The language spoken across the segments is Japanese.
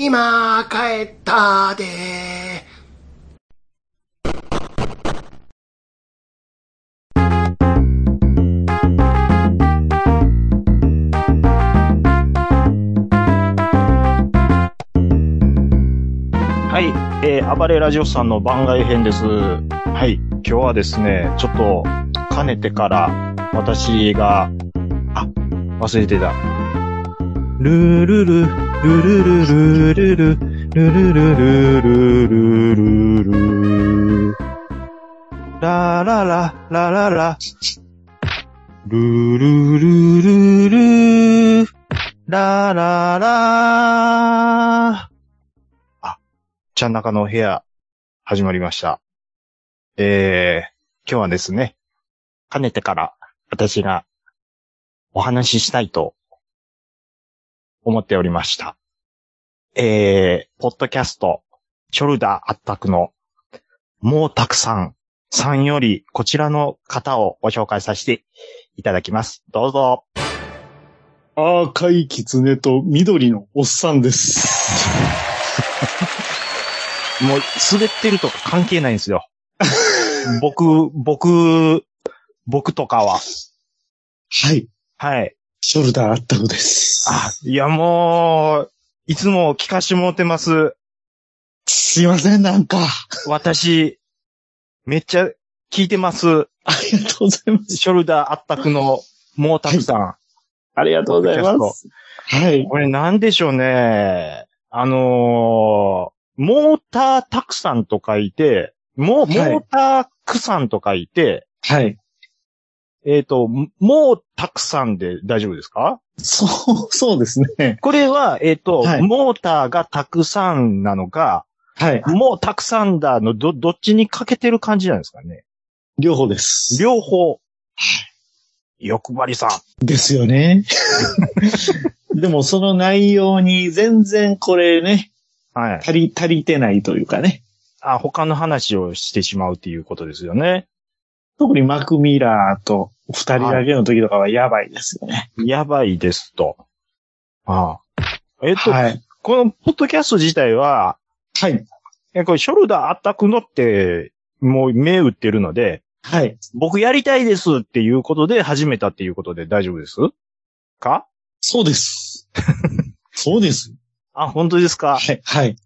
今帰ったではい、えー、暴れラジオさんの番外編です。はい、今日はですね、ちょっと、かねてから、私が、あ、忘れてた。ルルル、ルルルルルル、ルルルルルルルルル、ラララ、ラララ、ルルルルルル、ラララちゃん中の部屋、始まりました。えー、今日はですね、かねてから私がお話ししたいと思っておりました。えー、ポッドキャスト、ショルダーアタックの、もうたくさんさんよりこちらの方をご紹介させていただきます。どうぞ。赤い狐と緑のおっさんです。もう滑ってるとか関係ないんですよ。僕、僕、僕とかは。はい。はい。ショルダーあったのです。あ、いやもう、いつも聞かしてもらってます。すいません、なんか。 私、めっちゃ聞いてます。ありがとうございます。ショルダーあったくの、もうたくさん。ありがとうございます。はい。これなんでしょうね。あのー、モーターたくさんと書いて、も、モはいーターくさんと書いて、はい。えっ、と、もうたくさんで大丈夫ですかそう、そうですね。これは、えっ、と、はいモーターがたくさんなのか、はい。もうたくさんだの、ど、どっちにかけてる感じなんですかね。両方です。両方。欲張りさん。ですよね。 でもその内容に全然これね、はい。足り、足りてないというかね。あ、他の話をしてしまうっていうことですよね。特にマクミラーと二人だけの時とかはやばいですよね。やばいですと。ああえっと、はい。このポッドキャスト自体は、はい。えこれショルダーあったくのって、もう目打ってるので、はい。僕やりたいですっていうことで始めたっていうことで大丈夫ですかそう です。そうです。あ、本当ですかはい。はい。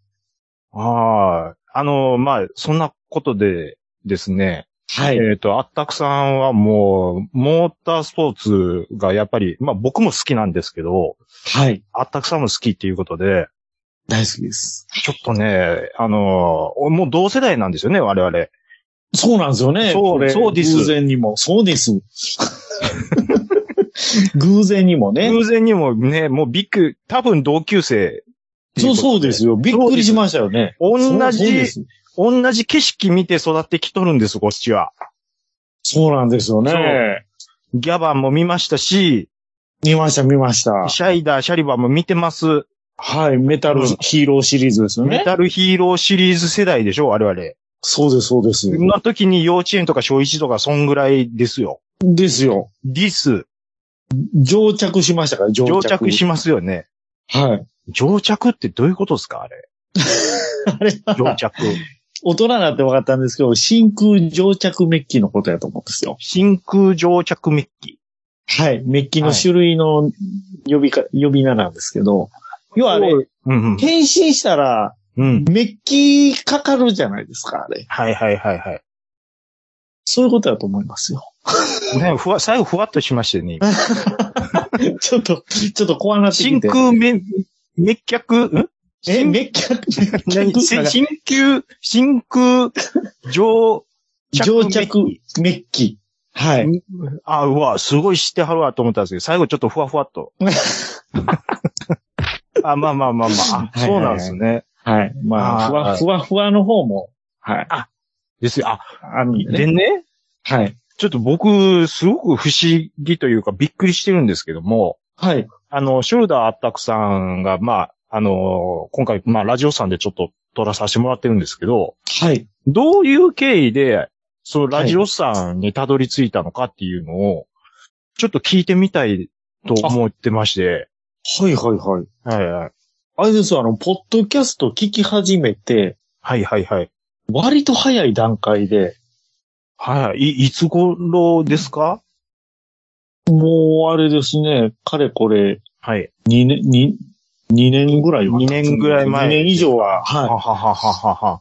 はい。あの、まあ、そんなことでですね、はい。えっ、と、あったくさんはもう、モータースポーツがやっぱり、まあ僕も好きなんですけど、はい。あったくさんも好きっていうことで、大好きです。ちょっとね、あのーもう同世代なんですよね、我々。そうなんですよね。そうこれそうです偶然にも。そ うです。偶然にもね。偶然にもね、もうビッグ、多分同級生。そうそうですよ。びっくりしましたよね。同じそうそうです同じ景色見て育ってきとるんです、こっちは。そうなんですよね。ギャバンも見ましたし、見ました、見ました。シャイダー、シャリバーも見てます。はい。メタルヒーローシリーズですよメね。タルヒーローシリーズ世代でしょ、我々。そうです、そうです。の時に幼稚園とか小一とかそんぐらいですよ。ですよ。ディス。定着しましたから、定定着。着しますよね。はい。定着ってどういうことですかあ れ。あれ定は、着。大人になって分かったんですけど、真空定着メッキのことやと思うんですよ。真空定着メッキ。はい。メッキの種類の呼びか、呼び名なんですけど、要はあれ、うんうん。変身したら、うん。メッキかかるじゃないですか、あれ。はいはいはいはい。そういうことだと思いますよ。 ね、ふわ、最後ふわっとしましたよね。今ちょっと、ちょっと怖なってき真て。空メ、滅却、んえ、真メッキ、メッ 何キせ真空、真空、定着 定メッ着キ。メッキ。はい。あ、 うわ、すごい知ってはるわと思ったんですけど、最後ちょっとふわふわっと。あ、まあまあまあまあ。あはいはいはいそうなんですね。はい。まあーあ、ふわ、ふわふわの方も、はい。ですよ。あ、あるんででね。ね、はい。ちょっと僕、すごく不思議というかびっくりしてるんですけども、はい。あの、ショルダーあったくさんが、まあ、あの今回、まあ、ラジオさんでちょっと撮らさせてもらってるんですけど、はい。どういう経緯で、そのラジオさんにたどり着いたのかっていうのを、ちょっと聞いてみたいと思ってまして、はいはいはい。はいはい。あれですよあの、ポッドキャスト聞き始めて、はいはいはい。割と早い段階で、はいはい。い、いつ頃ですかもうあれですね、かれこれ、はい。 2年、2、二年ぐらいは経つんで。二年ぐらい前2年以上は、ははい。ははははは。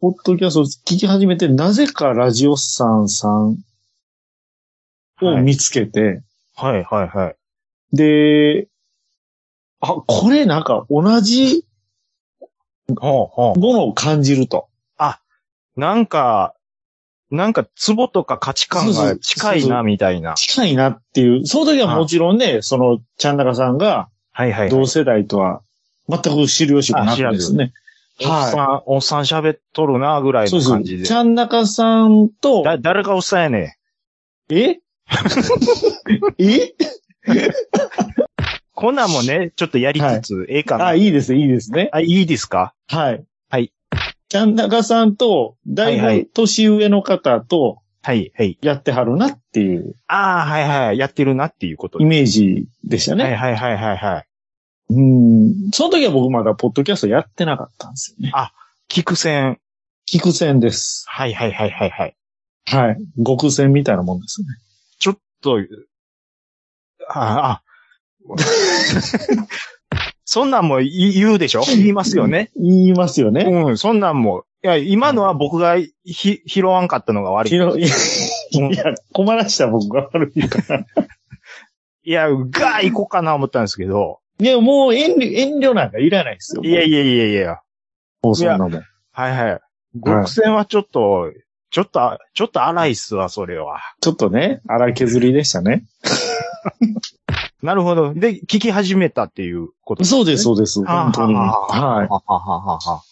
ポッドキャスト聞き始めて、なぜかラジオさんさんを見つけて、はいはいはい。で、あ、これなんか同じほうほう。ものを感じると。なんか、なんか、ツボとか価値観が近いな、みたいな。近いなっていう。その時はもちろんね、その、ちゃんなかさんが、はいはいはい。同世代とは、全く知るよしもなくですね。おっさはん、おっさん喋っとるな、ぐらい。いそうの感でじす。でち。ゃんなかさんと、だ、誰がおっさんやねええん。こんなんもね、ちょっとやりつつ、ええかな。あ、いいです、いいですね。あ、いいですかはい。はい。ちゃんなかさんと、だいはいぶはい年上の方とはい、はい。やってはるなっていうああ、はいはい。やってるなっていうことイで。メージでしたね。はいはいはいはいはい。うん。その時は僕まだポッドキャストやってなかったんですよね。菊戦。聞く線です。はいはいはいはいはい。はい。極線みたいなもんですね。ちょっと、ああ。 そんなんも言い言うでしょ言いますよね。言いますよね。うん、そんなんも。いや、今のは僕がひ拾わんかったのが悪い。広いうんいや、困らした僕が悪いから。いや、ガー行こうかな思ったんですけど。いや、もう遠慮、遠慮なんかいらないですよ。いやいやいやいや。もうそんなもん。はいはい。極戦はちょっと、ちょっと、ちょっと荒いっすわ、それは。ちょっとね、荒削りでしたね。なるほど。で、聞き始めたっていうことですね。そうです、そうです。あ本当に。ははははは。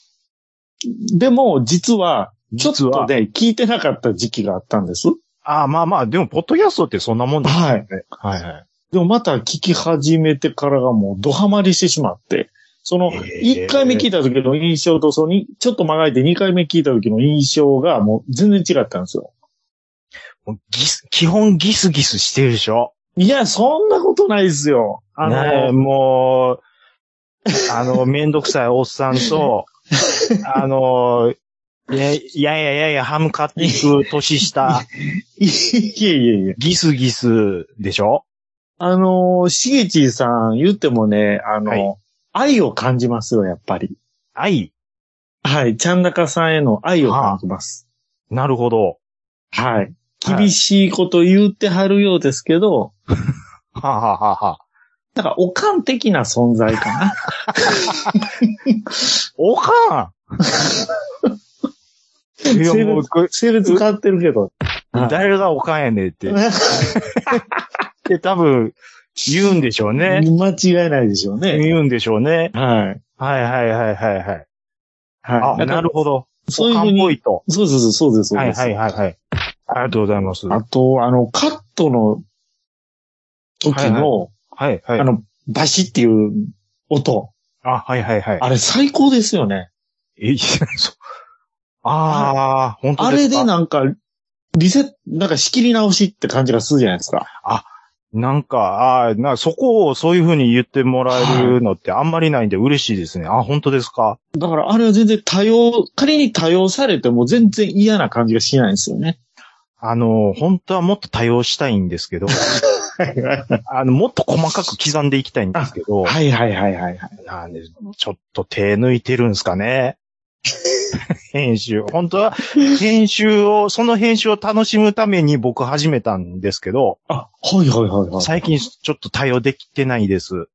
い。でも、実は、ちょっ実とはね、聞いてなかった時期があったんです。ああ、まあまあ、でも、ポッドキャストってそんな もんですよはい。ね。はいはい。でもまた聞き始めてからがもうドハマりしてしまって、そのへー1回目聞いた時の印象とそのにちょっと間が空いて2回目聞いた時の印象がもう全然違ったんですよ。もうギス、基本ギスギスしてるでしょいや、そんなことないですよ。あねえの、もう、あの、めんどくさいおっさんと、あの、いやいやいやいやいや、歯向かっていく年下、いえいえいえ。ギスギスでしょあの、しげちーさん言ってもね、あの、はい愛を感じますよ、やっぱり。はい。はい。ちゃんなかさんへの愛を感じます。なるほど。はい。はい厳しいこと言ってはるようですけど、はあ、はあはあはあ、なんか、おかん的な存在かな。おかん いや、もう、これ性別変わってるけど。誰がおかんやねんって。で、多分、言うんでしょうね。間違いないでしょうね。言うんでしょうね。はい。はいはいはいはいはい。はあ、い。なるほど。ど。そういうふうっぽに。いと。そうです、そうです、そうはいです。はいはいはい。ありがとうございます。はあと、あの、カットの時はいの、いはいあ。の、バシっていう音。あ、はいはいはい。あれ最高ですよね。え、そう。ああ、本当あですれか。な。でなんか、リセット、なんか仕切り直しって感じがするじゃないですか。んか、ああ、な、そこをそういうふうに言ってもらえるのってあんまりないんで嬉しいですね。あ、本当ですか。だからあれは全然多用、仮に多用されても全然嫌な感じがしないんですよね。あの、本当はもっと多用したいんですけ ど、はいはいあの、もっと細かく刻んでいきたいんですけど、はいはいはい。なんで、ちょっと手抜いてるんですか ね。編集。本当は、編集を、その編集を楽しむために僕始めたんですけど、あ、はいはいはいはい。最近ちょっと対応できてないです。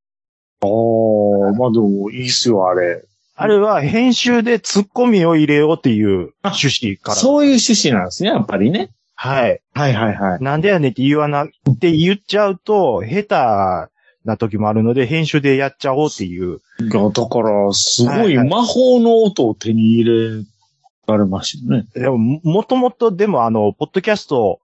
おー、まあでもいいっすよ、あれ。あれは編集で突っ込みを入れようっていう趣旨から。そういう趣旨なんですね、やっぱりね。はい。はいはいはい。なんでやねんって言わなって言っちゃうと、下手な時もあるので、編集でやっちゃおうっていう。いや、だから、すごはいいはい魔法の音を手に入れられましたね。でも、もともとでもあの、ポッドキャスト、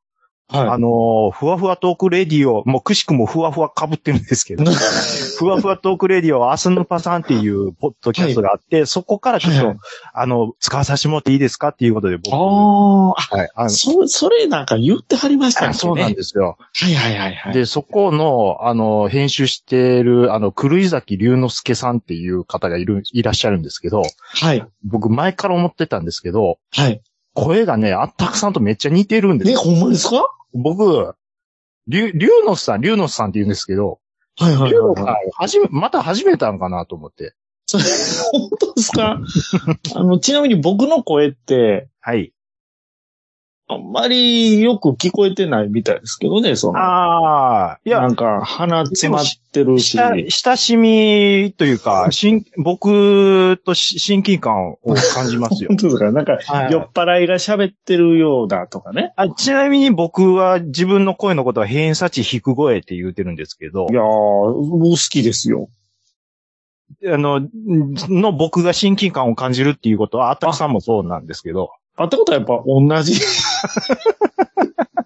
あはの、ふわふわトークレディオ、もうくしくもふわふわ被ってるんですけい。ど、 ふわふわトークレディオ、アスヌパさんっていうポッドキャストがあって、そこからちょっと、はいあの、使わさせてもらっていいですかっていうことで僕、あはい、ああ、のそ、それなんか言ってはりましたあね。そうなんす。ですよ。はいはいはいはい。で、そこの、あの、編集してる、あの、狂井崎龍之介さんっていう方がいる、いらっしゃるんですけど、はい。僕前から思ってたんですけど、はい。声がね、あったくさんとめっちゃ似てるんですね、よ。ほんまですか僕、龍龍之介さん、龍之介さんって言うんですけど、はいはい龍之は介いさんはい。、はじめ、また始めたんかなと思って。それ、本当です かあの、ちなみに僕の声って、はい。あんまりよく聞こえてないみたいですけどね、その。ああ、いやな、んか、鼻詰まってるし。親親しみというか、親僕とし親近感を感じますよ本。当ですかなんか、はい酔っ払いが喋ってるようだとかね。あちなみに僕は自分の声のことは偏差値低声って言うてるんですけどい、やー、僕好きですよ。あの、んの僕が親近感を感じるっていうことは、あたくさんもそうなんです けど、あってことはやっぱ同じ。わ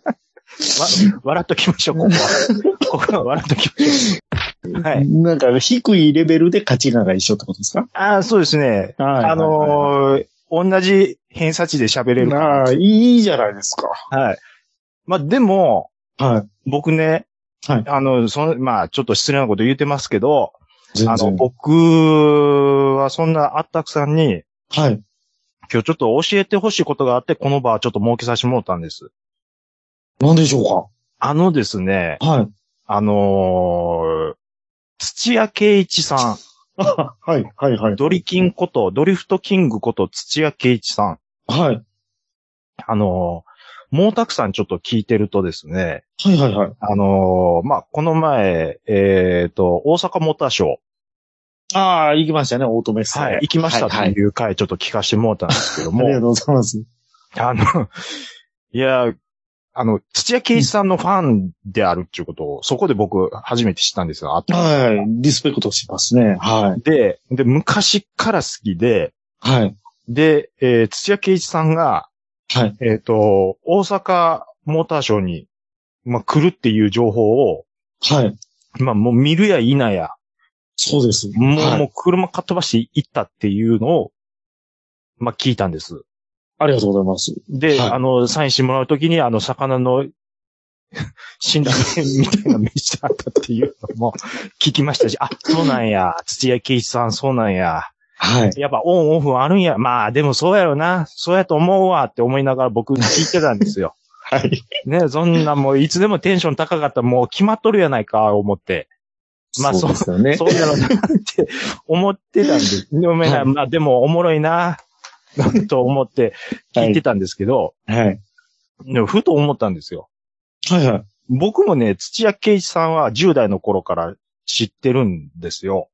笑っときましょう、ここ は。ここは笑っときましょう。はい。なんか低いレベルで価値観が一緒ってことですかあそうですね。はいあのー同じ偏差値で喋れるかなあ、いいじゃないですか。ら。はい。まあ、でも、は僕ね、はいあの、その、まあ、ちょっと失礼なこと言ってますけど、い。全あの、然。僕はそんなあったくさんに、はい。今日ちょっと教えてほしいことがあって、この場はちょっと設けさせてもらったんです。なんでしょあのですねう、かはい。あのー土屋圭一さん、あ はい、はい、はい。ドリキンこと、ドリフトキングこと土屋圭一さん、はい。あのー、毛沢さんちょっと聞いてるとですね、はい、はい、はい。あのーまあ、この前、えっ、と、大阪モーターショー、ああ、行きましたね、オートメッセ。はい、行きましたはとい、はいいう回ちょっと聞かせてもらったんですけどあ も、りがとうございます。あの、 いや、あの、土屋圭一さんのファンであるっていうことを、そこで僕初めて知ったんですよ。あったはい。リスペクトしますね。はい。で、で、昔から好きで、はい。で、えー土屋圭一さんが、はい。えっ、と、大阪モーターショーに、まあ、来るっていう情報を、はい。まあ、もう見るや否や、そうです。もう、はいもう車かっ飛ばして行ったっていうのを、まあ、聞いたんです。ありがとうございます。で、はいあの、サインしてもらうときに、あの、魚の、 死んだみたいな飯してあったっていうのも聞きましたし、あ、そうなんや、土屋圭一さんそうなんや、はい。やっぱオンオフあるんや、まあでもそうやろな、そうやと思うわって思いながら僕聞いてたんですよ。はい。ね、そんなもういつでもテンション高かったらもう決まっとるやないか、思って。まあそうですよねそうやろなって思ってたんです。でも はいまあでもおもろいな、と思って聞いてたんですけど、はい。でもふと思ったんですよ。はいはい。僕もね、土屋圭一さんは10代の頃から知ってるんですよ。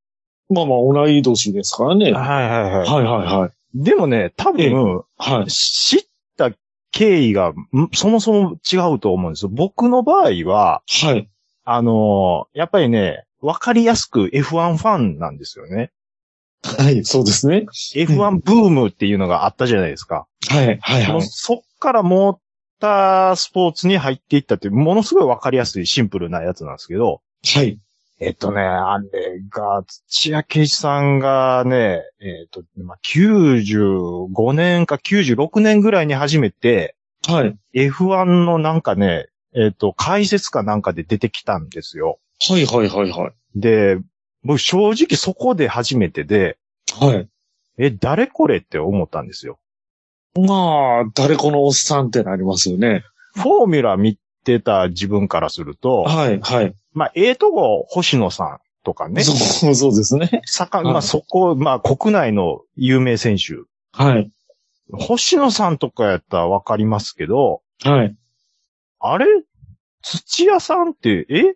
まあまあ、同い年ですからね。はいはいははいはい。い。でもね、多分、はい。知った経緯がんそもそも違うと思うんですよ。僕の場合は、はい。あのーやっぱりね、わかりやすく F1 ファンなんですよね。はい。そうですね。 F1 ブームっていうのがあったじゃないですか。はい。はいはもうい。そっからモータースポーツに入っていったっていう、ものすごいわかりやすいシンプルなやつなんですけど、はい。えっとね、あれが、土屋圭一さんがね、えっと、まあ、95年か96年ぐらいに初めて、はい。 F1 のなんかね、えっと、解説かなんかで出てきたんですよ。はいはいはいはい。で、僕正直そこで初めてで、はい。え、誰これって思ったんですよ。まあ、誰このおっさんってなりますよね。フォーミュラ見てた自分からすると、はいはい。まあ、ええとこ、星野さんとかね、そう、そうですね。坂はまあ、いそこ、まあ、国内の有名選手はい。星野さんとかやったらわかりますけど、はい。あれ土屋さんって、え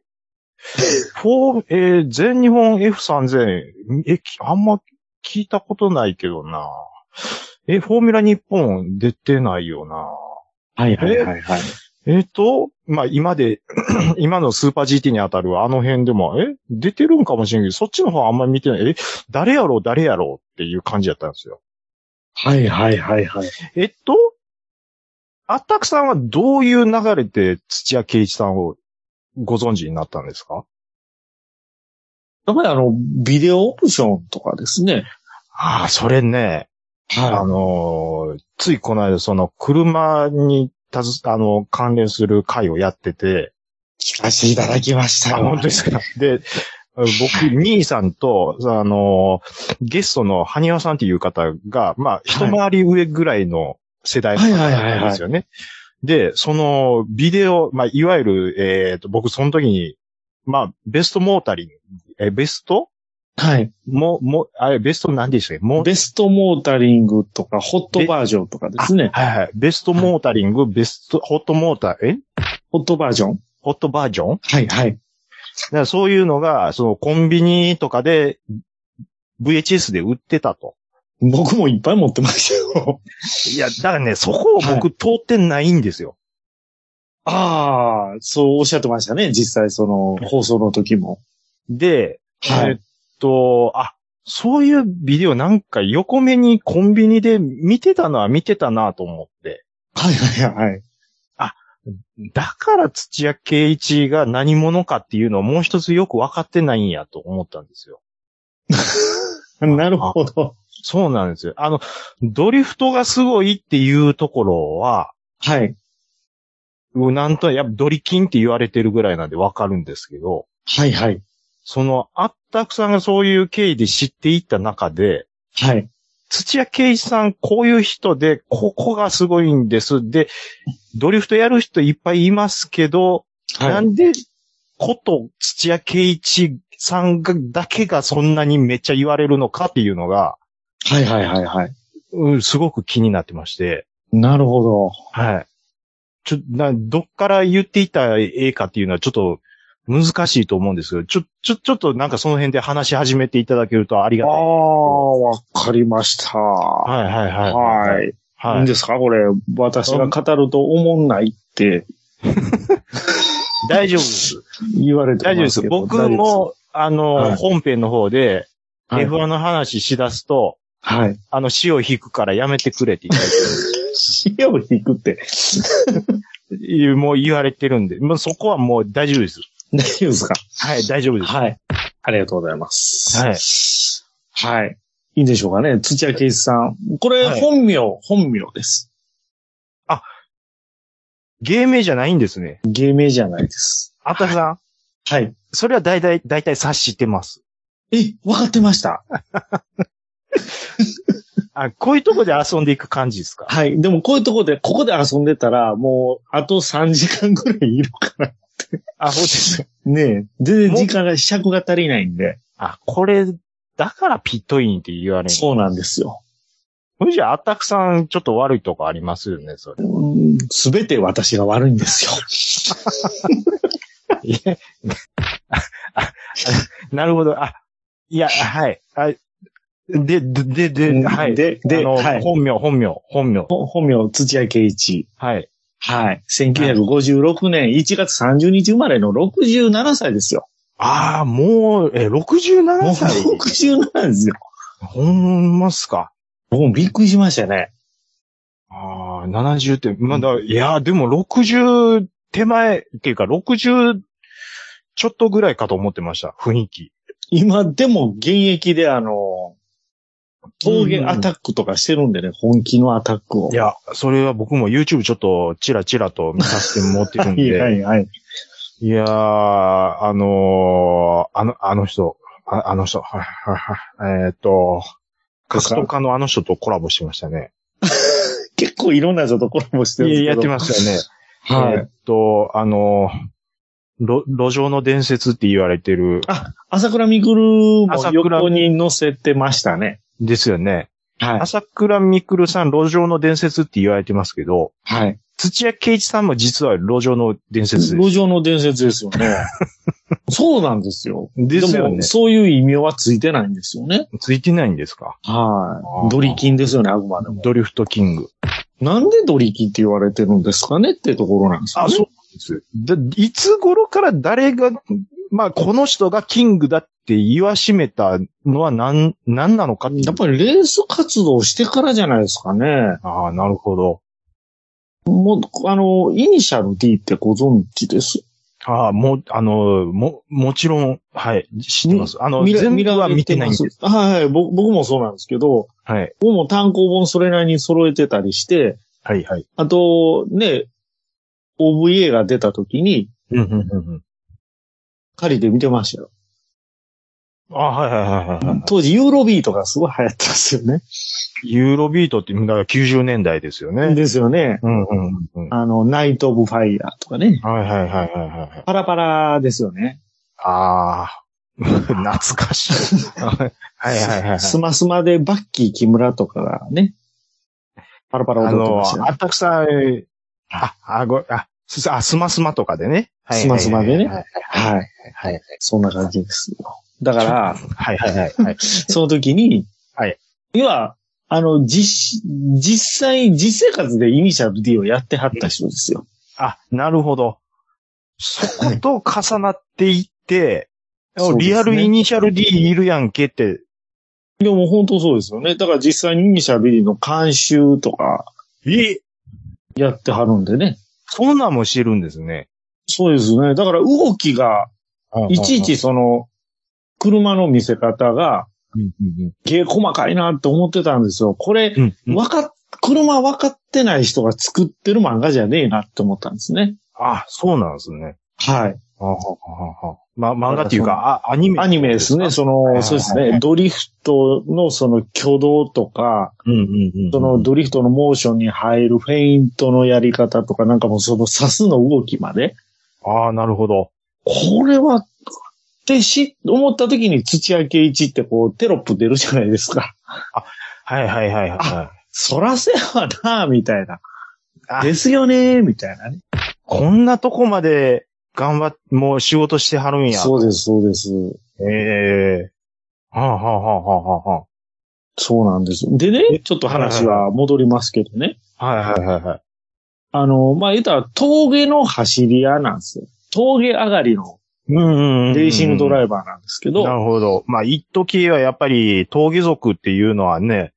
フォー、えー全日本 F3000、え、きあんま聞いたことないけどな。え、フォーミュラ日本出てないよな。はいはいはいはい。えっ、と、まあ、今で、 今のスーパー GT に当たるあの辺でも、え出てるんかもしれんけど、そっちの方あんまり見てない。え誰やろう誰やろうっていう感じやったんですよ。はいはいはいはい。えっと、あったくさんはどういう流れで土屋圭一さんをご存知になったんですかやっぱりあの、ビデオオプションとかですね。ああ、それね、あはのーついこの間、その、車に、たず、あの、関連する会をやってて、い。聞かせていただきました。あ、本当ですか。で、僕、兄さんと、あのーゲストの埴輪さんっていう方が、まあ、一回り上ぐらいの世代の方なんですよね。で、その、ビデオ、まあ、いわゆる、えっ、と、僕、その時に、まあ、ベストモータリング、え、ベストはい。も、も、あれ、ベスト何でしたっけモーベストモータリングとか、ホットバージョンとかですね。あはいはい。ベストモータリング、ベスト、ホットモーター、えホットバージョンホットバージョンだはいはい。からそういうのが、そのコンビニとかで、VHS で売ってたと。僕もいっぱい持ってました よ。いや、だからね、そこを僕通ってないんですよ。ああ、そうおっしゃってましたね。実際その放送の時も。で、えっ。と、あ、そういうビデオなんか横目にコンビニで見てたのは見てたなと思って。はいはいはい。だから土屋圭一が何者かっていうのをもう一つよく分かってないんやと思ったんですよ。 なるほど。そうなんですよ。あの、ドリフトがすごいっていうところは、はい。うんなんと、やっぱドリキンって言われてるぐらいなんでわかるんですけど、はいはい。その、あったくさんがそういう経緯で知っていった中で、はい。土屋圭一さん、こういう人で、ここがすごいんです。で、ドリフトやる人いっぱいいますけど、なはい。んで、こと土屋圭一さんがだけがそんなにめっちゃ言われるのかっていうのが、はいはいはいはい。うん、すごく気になってまして。なるほど。はい。ちょ、な、どっから言っていたらええかっていうのはちょっと難しいと思うんですけど、ちょ、ちょ、ちょっとなんかその辺で話し始めていただけるとありがあたい。あ、わかりました。は。はいはいはいい。はい。い。い、いんですかこれ、私が語ると思んないって大丈夫です。言われて大丈夫まですす。けど。僕も、あの、はい本編の方で、大丈夫です、 F1 の話しだすと、はい。はい。あの、死を引くからやめてくれって言わ塩を引くって。れてる もう言われてるんで、もうそこはもう大丈夫です。大丈夫ですかはい、大丈夫です。はい。ありがとうございます。はい。はい。いいんでしょうかね。土屋圭一さん。これ、はい本名、本名です。芸名じゃないんですね。芸名じゃないです。あたさん、はい。それは大体、大体察してます。え、わかってました。あ、こういうとこで遊んでいく感じですかはい。でも、こういうところで、ここで遊んでたら、もう、あと3時間ぐらいいるから。あ、そうです。ねえ。全然時間が、尺が足りないんで。あ、これ、だからピットインって言われる。そうなんですよ。それじゃあ、アタクさん、ちょっと悪いとこありますよね、それ。すべて私が悪いんですよ。 いやああなるほど。あ、いや、はい。あで、で、で、はい。でであのはい本名、本名、本名。ほ本名、土屋圭一。はい。はい。1956年1月30日生まれの67歳ですよ。ああ、もう、え、もう67歳。 67ですよ。ほんますか。僕もびっくりしましたね。ああ、70って、まだ、いや、でも60手前っていうか、60ちょっとぐらいかと思ってました、雰囲気。今でも現役であの、う峠んアタックとかしてるんでね、本気のアタックを。いや、それは僕も YouTube ちょっとチラチラと見させてもらってるん はいはで、いはい。いやー、あのー、あの、あの人、ああの人、はいはいはい、えーっと、でカすスかトカのあの人とコラボしてましたね。結構いろんな人とコラボしてるんですけど。。やってますしたよね。はえーいっ。と、あのー、路路上の伝説って言われてる、朝倉みくるも朝倉横に乗せてましたね。ですよね。はい。朝倉未来さん、路上の伝説って言われてますけど、はい。土屋圭一さんも実は路上の伝説で路す。上の伝説ですよ ね。そうなんですよ。ですよねも、そういう異名はついてないんですよね。ついてないんですかはあーい。ドリキンですよね、あくまでも。ドリフトキング。なんでドリキンって言われてるんですかねってところなんですよ、ね。うです。で、いつ頃から誰が、まあ、この人がキングだって言わしめたのは何、何なのかっていうやっぱりレース活動してからじゃないですかね。ああ、なるほど。もう、あの、イニシャル D ってご存知です。ああ、もう、あの、も、もちろん、はい、知ってます。あの、ミラ全部は見てないんです。。ミラーますはいはい、僕僕もそうなんですけど、はい、僕も単行本それなりに揃えてたりして、はい、はい。あと、ね、OVA が出た時に、うん、うん、うんうん。借りて見てましたよ。ああ、はい、はい、はい、はいはい。当時、ユーロビートがすごい流行ってますよね。ユーロビートって、だから90年代ですよね。ですよね。うん、うん、うん。あの、ナイト・オブ・ファイヤーとかね。はい、はい、はい、はいはい。パラパラですよね。ああ、 懐かしい。はい、はい、はいはい。スマスマでバッキー・木村とかがね、パラパラあ踊ってまのした、よねあたくさん、あ、あ、ご、あ、す、あ、スマスマとかでね。はいスマスマでねはいはい。はいはい。そんな感じですよ。だから、はいはいはいはい。その時に、はい。要は、あの、実、実際、実生活でイニシャル D をやってはった人ですよ。あ、なるほど。そこと重なっていって、そうですねリアルイニシャル D いるやんけって、でも本当そうですよね。だから実際にイニシャル D の監修とかえやってはるんでね。そんなんも知るんですね。そうですね。だから動きが、いちいち、その、車の見せ方が、うんうん芸細かいなって思ってたんですよ。これ、うんうんうん。わかっ、車分かってない人が作ってる漫画じゃねえなって思ったんですね。あ、そうなんですね。はい。あははははま、漫画っていうか、あ、アニメ。アニメですね、そはいはの、いそうですね、ドリフトのその挙動とか、うんうんうん。その、ドリフトのモーションに入るフェイントのやり方とか、なんかもうその刺すの動きまで、ああ、なるほど。これは、ってし、思った時に土屋圭一ってこうテロップ出るじゃないですか。はいはいはいはいはい。そらせやわなみたいなあ。ですよねみたいなね。こんなとこまで頑張っ、もう仕事してはるんや。そうです、そうです。ええはあ、はあはあはあはそうなんです。でね、ちょっと話は戻りますけどね。あ。はいはいはいはい。あの、まあ、言ったら峠の走り屋なんですよ。峠上がりのうんうんうん。レーシングドライイバーなんですけなど、るほど。まあ、一時はやっぱり、峠族っていうのはね、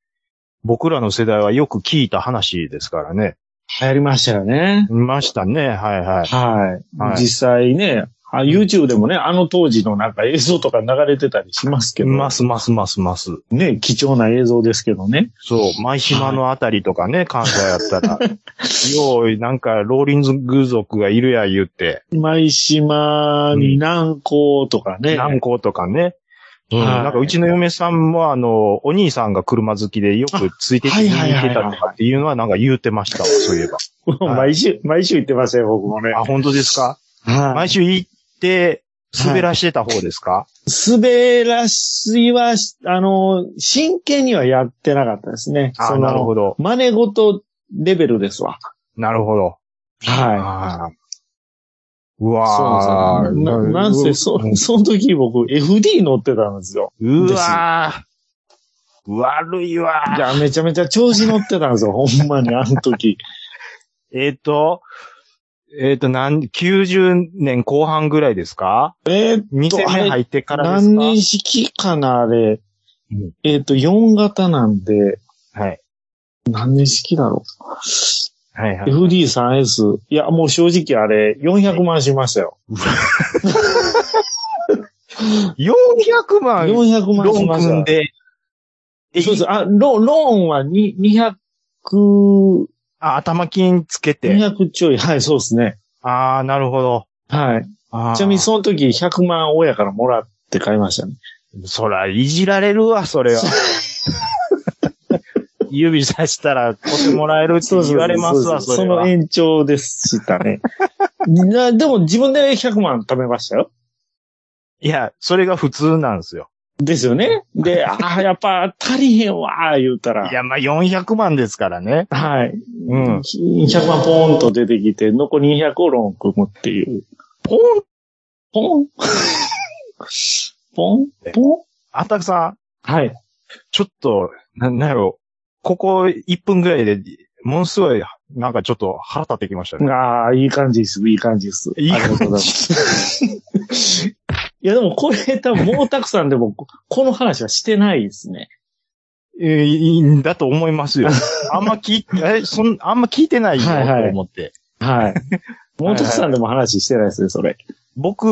僕らの世代はよく聞いた話ですからね。流行りましたよね。見ましたね。はいはい。はい。はい実際ね、あ YouTube でもね、あの当時のなんか映像とか流れてたりしますけど、ますますますます。ね、貴重な映像ですけどね。そう、舞島のあたりとかね、関西やった ら。よう、なんか、ローリンズグ族がいるや言って、舞島に南港とかね。南港とかね。うん、はいなんかうちの嫁さんもあの、お兄さんが車好きでよくついてきて見に行ってたとかっていうのはなんか言うてましたわ、そういえば。はい毎週、毎週行ってますよ、僕もね。あ、本当ですかはい毎週行って、滑らしてた方ですか、滑らしは、あの、真剣にはやってなかったですね。あ、なるほど。ど。真似事レベルですわ。なるほど。ははい。うい。わそうーなんですよななんせ、そ、その時僕 FD 乗ってたんですよ。うわー悪いわーいや、めちゃめちゃ調子乗ってたん ですよ。ほんまに、あの時。えっ、と、えっ、と、なん、90年後半ぐらいですかえー、 ?2 戦あ目れ入ってからですか何年式かな、あれうん。えっ、と、4型なんで、はい。何年式だろう。はいはい。 FD3S。いや、もう正直あれ、400万しましたよ。 400万、ロ400万しーンました。組んで、えそうです。あ、ロローンはに200、あ、頭金つけて。 200ちょい。はい、そうですね。ああ、なるほど。はい。あーちなみにその時100万親からもらって買いましたね。そら、いじられるわ、それは。 指さしたら、こてもらえるって言われますわ、そそうそれのは。延長でしたね。 なでも自分で100万貯めましたよ。いや、それが普通なんですよ。ですよね。 で、あーやっぱ足りへんわ、言うたら。いや、まあ、400万ですからね。はい。うん。 100万ポーンと出てきて、残り200をローン組むっていう。ポンポン ポンポンあたくさん、はい。ちょっと、な、なんやろ、ここ1分ぐらいで、ものすごい、なんかちょっと腹立ってきましたね。ああ、いい感じです。いい感じです。いいありが感とうございます。じ。 いや、でもこれ多分、もうたくさんで も、ここの話はしてないですね。えーだと思い ますよ。あんま聞い、え、そん、あんま聞いてないよ、はいはいと思って。はい。もうたくさんでも話してないですね、それ。僕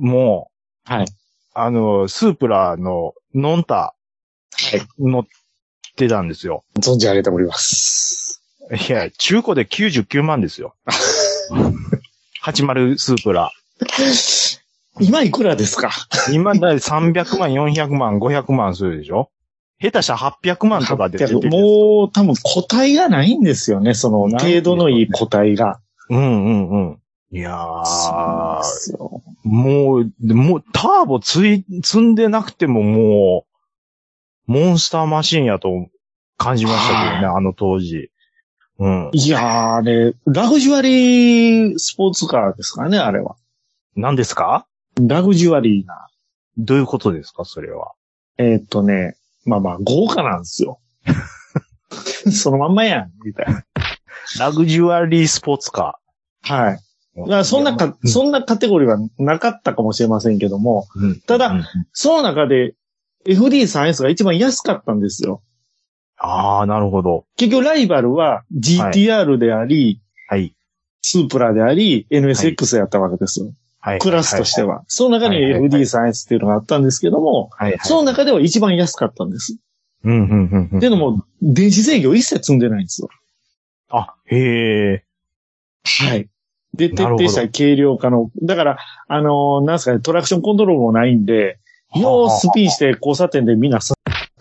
も、はい。あの、スープラの、ノンタ、乗ってたんですよ。存じ上げております。いや、中古で99万です よ。80スープラ。今いくらですか今だい300万、400万、500万するでしょ下手したら800万とかで出て800る。もう多分個体がないんですよね、その程度のいい個体が。う。うんうんうん。いやー、そうなんですよもう、でもうターボつい、積んでなくてももう、モンスターマシンやと感じましたけどね、あの当時。うん。いやーね、ラグジュアリースポーツカーですかね、あれは。何ですかラグジュアリーな。どういうことですかそれは。えーっとね、まあまあ、豪華なんで すよ。そのまんまやん、みたいな。ラグジュアリースポーツカはい。ー。だからそんなか、そんなカテゴリーはなかったかもしれませんけども、うんただうんその中で FD3S が一番安かったんですよ。ああ、なるほど。結局ライバルは GTR であり、はい。スープラであり、NSX やったわけですよ。はい。クラスとしては。は。その中にはいはいはい FD3S っていうのがあったんですけども、はいはい。その中では一番安かったんです。うん、うん、うんうん。っていうのも、電子制御一切積んでないんですよ。あ、へえ。はい。で、徹なるほど底した軽量化の、だから、あのーなんすかね、トラクションコントロールもないんで、もうスピンして交差点でみんなさ、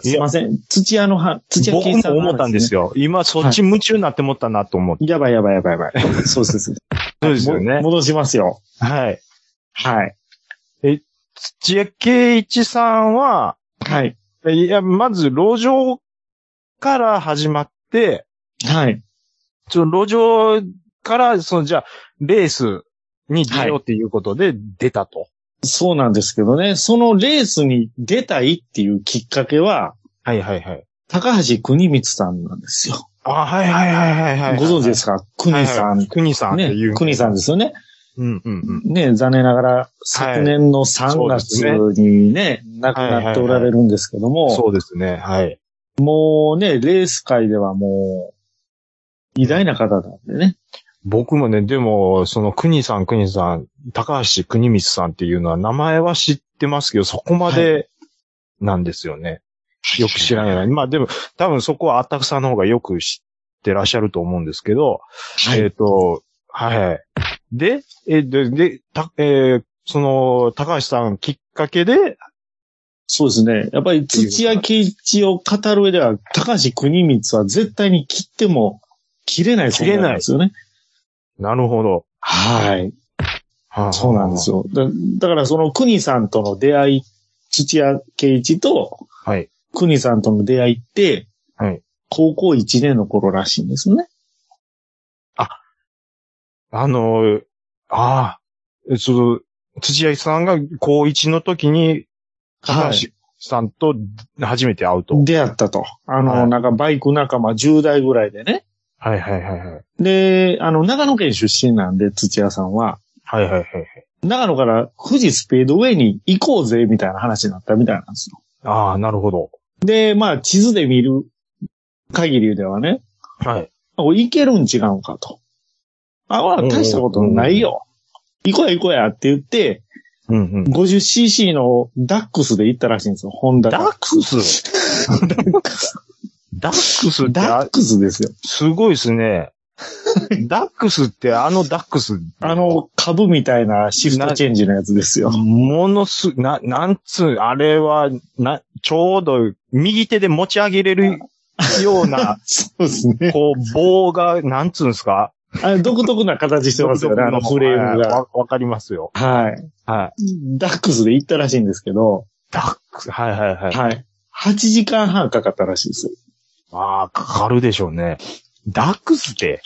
いやすいません、土屋のは、土屋僕圭さんもの話ね思ったんですよ。今、そっち夢中になって思ったなと思って。やばいやばいやばいやばい。そうですそうです。そうですよもね。戻しますよ。はい。はい。土屋圭一さんは、はい。いや、まず、路上から始まって、はい。ちょ路上から、その、じゃあ、レースに出ようっていうことで出たと。そうなんですけどね、そのレースに出たいっていうきっかけは、はい、はい、はい。高橋国光さんなんですよ。あ、はい、はい、はい、はいはい。ご存知ですかか国さん。国さんっていう。ね、国さんですよね。うん、うん、うん。ね、残念ながら、昨年の3月にね、亡くなっておられるんですけども、そうですね、はい。もうね、レース界ではもう、偉大な方なんでね。僕もね、でも、その、国さん、国さん、高橋国光さんっていうのは名前は知ってますけど、そこまでなんですよね。よく知らない。まあでも、多分そこはあったくさんの方がよく知ってらっしゃると思うんですけど、はえっ、い。と、はい。で、え、で、で、た、えーその、高橋さんきっかけで、そうですね。やっぱり土屋圭一を語る上では、高橋国光は絶対に切っても切れない存在なんですよね。なるほど。はい。そうなんですよ。よ。だだからその国さんとの出会い、土屋圭一とはい。国さんとの出会いって、はい高校1年の頃らしいんですね。あの、ああ、えその、土屋さんが高1の時に、高橋さんと初めて会うと。出会ったと。あの、はいなんかバイク仲間10代ぐらいでね。はいはいはいはい。で、あの、長野県出身なんで、土屋さんは。はいはいはい。長野から富士スピードウェイに行こうぜ、みたいな話になったみたいなんですよ。ああ、なるほど。で、まあ、地図で見る限りではね、はい。おいけるん違うかと。あ、ほら、大したことないよ。行こうや行こうやって言って、うんうん。 50cc のダックスで行ったらしいんですよ、ホンダダが。ックス ダックスってダあックスですよ。すごいですね。ダックスってあのダックス。あ、の、株みたいなシフトチェンジのやつですよ。、ものす、な、なんつう、あれは、な、ちょうど右手で持ち上げれるようなそうですね。こう、棒が、なんつうんですかあれ独特な形してますよね、あのフレームが。わわかりますよ。はい。はい。ダックスで行ったらしいんですけど、ダックス、はいはいはい。はい。8時間半かかったらしいですよ。ああ、かかるでしょうね。ダックスって、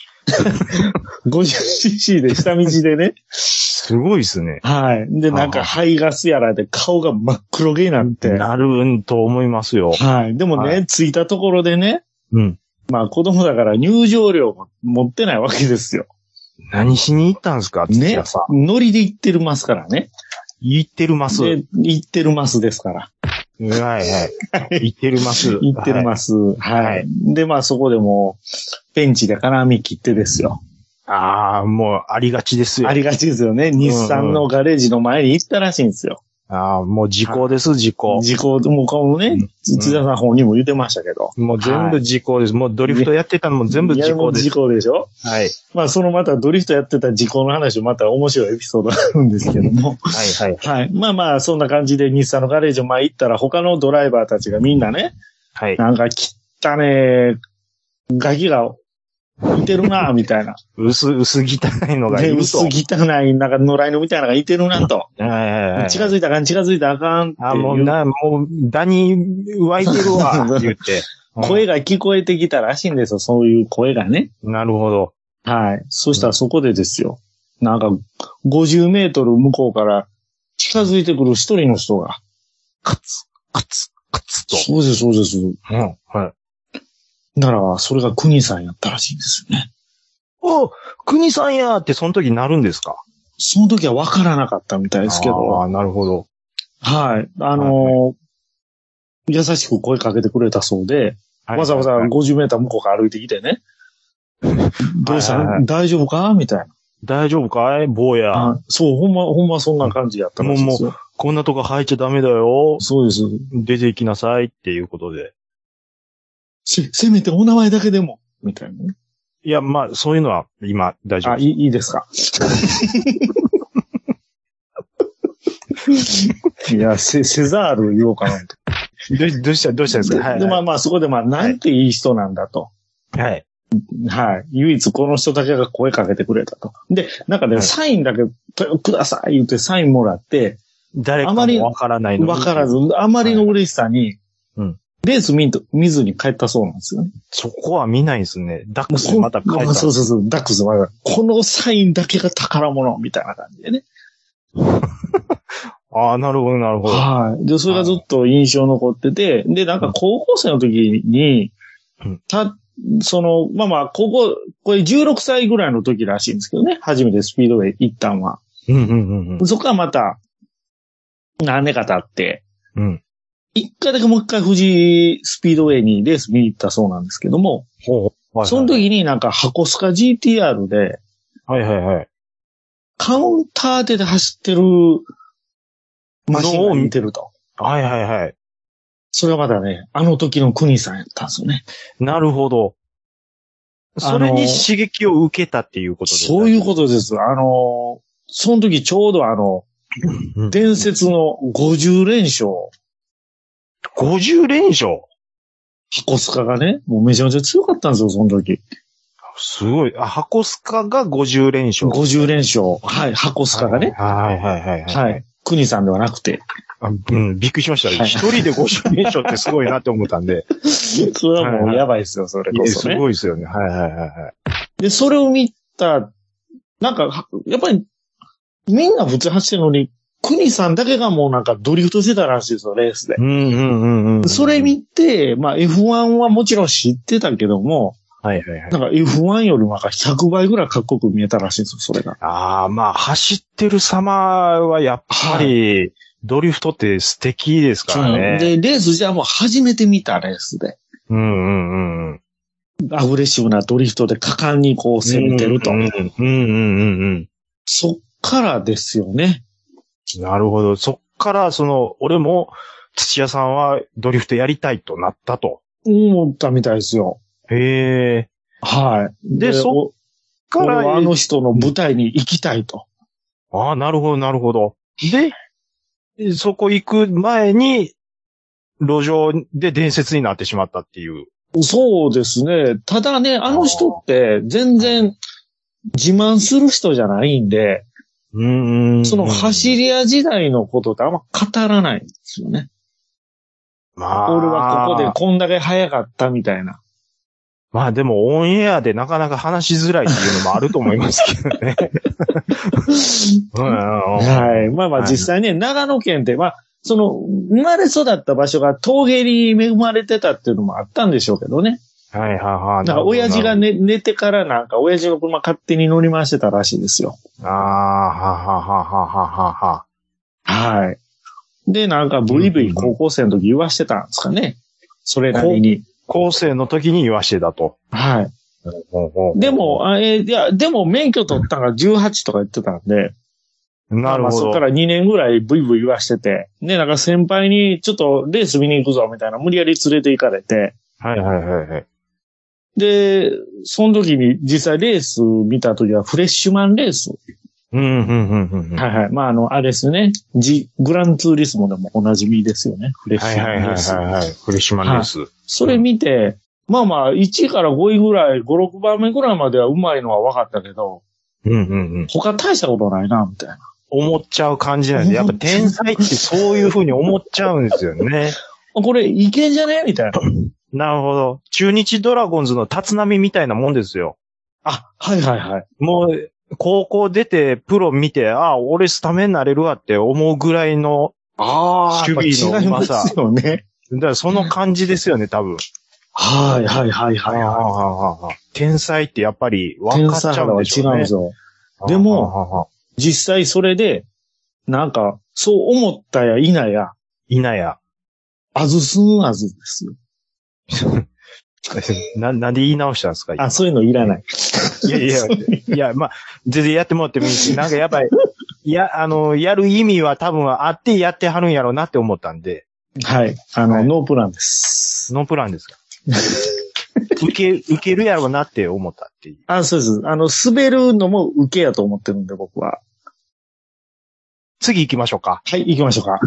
50cc で下道でね。すごいですね。 はい。で、なんか排ガスやらで顔が真っ黒毛になって。なるんと思いますよ。はい。でもね、は着いたところでね、うん。まあ子供だから入場料も持ってないわけですよ。何しに行ったんですか土ね屋さん。。ノリで行ってるますからね。行ってるます。はで、行ってるますですから。いはい。行ってるます。 行ってるはい。ます。いははいい。で、まあそこでもう、ペンチで金網切ってですよ。ああ、もうありがちですよ。ありがちですよね。日産のガレージの前に行ったらしいんですよ。ああ、もう時効です、時効。時効、もうこのうんね、津田さん本人も言ってましたけど。もう全部時効です。もうドリフトやってたのも全部時効でいやもう時す。効でしょはい。まあそのまたドリフトやってた時効の話もまた面白いエピソードがあるんですけども。はいはい。はい。まあまあ、そんな感じで日産のガレージを前行ったら他のドライバーたちがみんなね、はい。なんか汚ねえ、ガキがいてるな、みたいな。薄、薄汚いのがいで、ると。薄汚い、なんか野良犬みたいなのがいてるなと。はい はいはい。近づいたらあかん、近づいたらあかんっていう。あ、もうな、もう、ダニ湧いてる わ、言って。声が聞こえてきたらしいんですよ、そういう声がね。うんなるほど。はい。そしたらそこでですよ。なんか、50メートル向こうから近づいてくる一人の人が。カツ、カツ、カツと。うです、そうです。うん。はい。なら、それが国さんやったらしいんですよね。お国さんやーって、その時なるんですかその時は分からなかったみたいですけど。ああ、なるほど。はい。あのー優しく声かけてくれたそうで、わざわざはい50メーター向こうから歩いてき てね。どうしたはいはいはのい大丈夫かみたい大丈夫かい坊な。や。あそう、ほんま、ほんまそんな感じやったらしいですよ。こんなとこ入っちゃダメだよ。そうです。出て行きなさいっていうことで。せ、せめてお名前だけでも。みたいなね。いや、まあ、そういうのは今大丈夫あ、でいい、いいですか。 いや、せ、せざる言おうかなと。す。どうどうした、どうしたんですかはいで、まはあまあ、そこでまあ、なんていい人なんだと。い。はい。はい。唯一この人だけが声かけてくれたと。で、なんかね、はいサインだけとください言ってサインもらって、誰かあまりもわからないのにわからず。、あまりの嬉しさに、はいうんレース見んと見ずに帰ったそうなんですよね。そこは見ないですね。ダックスこんまた帰ったんですそうそうそう、ダックスまだ。このサインだけが宝物みたいな感じでね。ああ、なるほど、なるほど。はい。で、それがずっと印象残ってて、で、なんか高校生の時にうん、た、その、まあまあ、高校、これ16歳ぐらいの時らしいんですけどね、初めてスピードウェイ行ったんは。うん、うん、うんそこからまた、何年か経って、うん。うん。一回だけもう一回富士スピードウェイにレース見に行ったそうなんですけども、ほう。はいはいその時になんか箱スカ GTR で、はいはいはい。カウンター手で走ってるマシンを見てると。はいはいはい。それがまだね、あの時の国さんやったんですよね。なるほど。それあのにー刺激を受けたっていうことですねそういうことです。あの、その時ちょうどあの、うん伝説の50連勝、 50連勝箱スカがね、もうめちゃめちゃ強かったんですよ、その時。すごい。あ、箱スカが50連勝。 50連勝。はい、箱スカがね。はいはいはいはい。はい。国さんではなくて。あうん、びっくりしました。はい一人で50連勝ってすごいなって思ったんで。それはもうやば いですよ、それいこやそすね。ごいですよね。はいはいはいはい。で、それを見た、なんか、はやっぱり、みんな普通走ってるのに、国さんだけがもうなんかドリフトしてたらしいですよ、レースで。うんうんうんうん。それ見て、まあ F1 はもちろん知ってたけども、はいはいはいな。んか F1 よりもなんか100倍ぐらいかっこよく見えたらしいんですよ、それが。ああ、まあ、走ってる様はやっぱり、ドリフトって素敵ですからね。で、レースじゃあもう初めて見たレースで、うんうんうんうん。アグレッシブなドリフトで果敢にこう攻めてると。うんうんうんうんうん。そっからですよね。なるほど。そっから、その、俺も、土屋さんはドリフトやりたいとなったと。思ったみたいですよ。へえ。はい。でそっおから俺はあの人の舞台に行きたいと。ああ、なるほど、なるほど。で、そこ行く前に、路上で伝説になってしまったっていう。そうですね。ただね、あの人って全然自慢する人じゃないんで、うんその走り、り屋時代のことってあんま語らないんですよね。まあ、俺はここでこんだけ早かったみたいな。まあでもオンエアでなかなか話しづらいっていうのもあると思いますけどね。うんうんうんはい。まあまあはい実際ね、長野県って、まあ、その、生まれ育った場所が峠に恵まれてたっていうのもあったんでしょうけどね。はいはいはい。だから親父が寝寝てからなんか、親父の車勝手に乗り回してたらしいんですよ。ああ、ははははははは。はい。で、なんか、ブイブイ高校生の時言わしてたんですかね。それなりに。高生の時に言わしてたと。はい。ほうほうほうで、も、あえーいや、でも免許取ったのが18とか言ってたんで、なるまほあそど。っから2年ぐらいブイブイ言わしてて、で、なんか先輩にちょっとレース見に行くぞみたいな無理やり連れて行かれて、はいはいはいはい。で、その時に実際レース見た時はフレッシュマンレース。うん、うん、うん、うん。うんはいはい。まあ、あの、あれですね。ジ、グランツーリスモでもおなじみですよね。フレッはシいュはマいンはレいース。はいはい。フレッシュマンです。それ見て、まあまあ、1位から5位ぐらい、5、6番目ぐらいまではうまいのは分かったけど、うんうんうん。他大したことないな、みたいな。思っちゃう感じなんで、やっぱ天才ってそういう風に思っちゃうんですよ ね。あこれ、いけんじゃねみたいな。なるほど。中日ドラゴンズの立浪みたいなもんですよ。あ、はいはいはい。もう、高校出て、プロ見て、ああ、俺スタメンなれるわって思うぐらいの、あー守備のうまさ。違いますよね。だからその感じですよね、多分。はいはいはいはいははい。天才ってやっぱりい。分天かっち才ゃ肌うんでは違しょううんねです。よ。あーでも、ははは実際それで、なんか、そう思ったや否や、いなや。あずすんあずですよ。な、なんで言い直したんですかあ、そういうのいらない。いやいや、いや、まあ、全然やってもらってもいい し、なんかやっぱり、いや、あの、やる意味は多分あってやってはるんやろうなって思ったんで、はい。あの、はいノープランです。ノープランです か。受け、受けるやろうなって思ったっていう。あ、そうです。あの、滑るのも受けやと思ってるんで、僕は。次行きましょうか。はい、行きましょうか。っ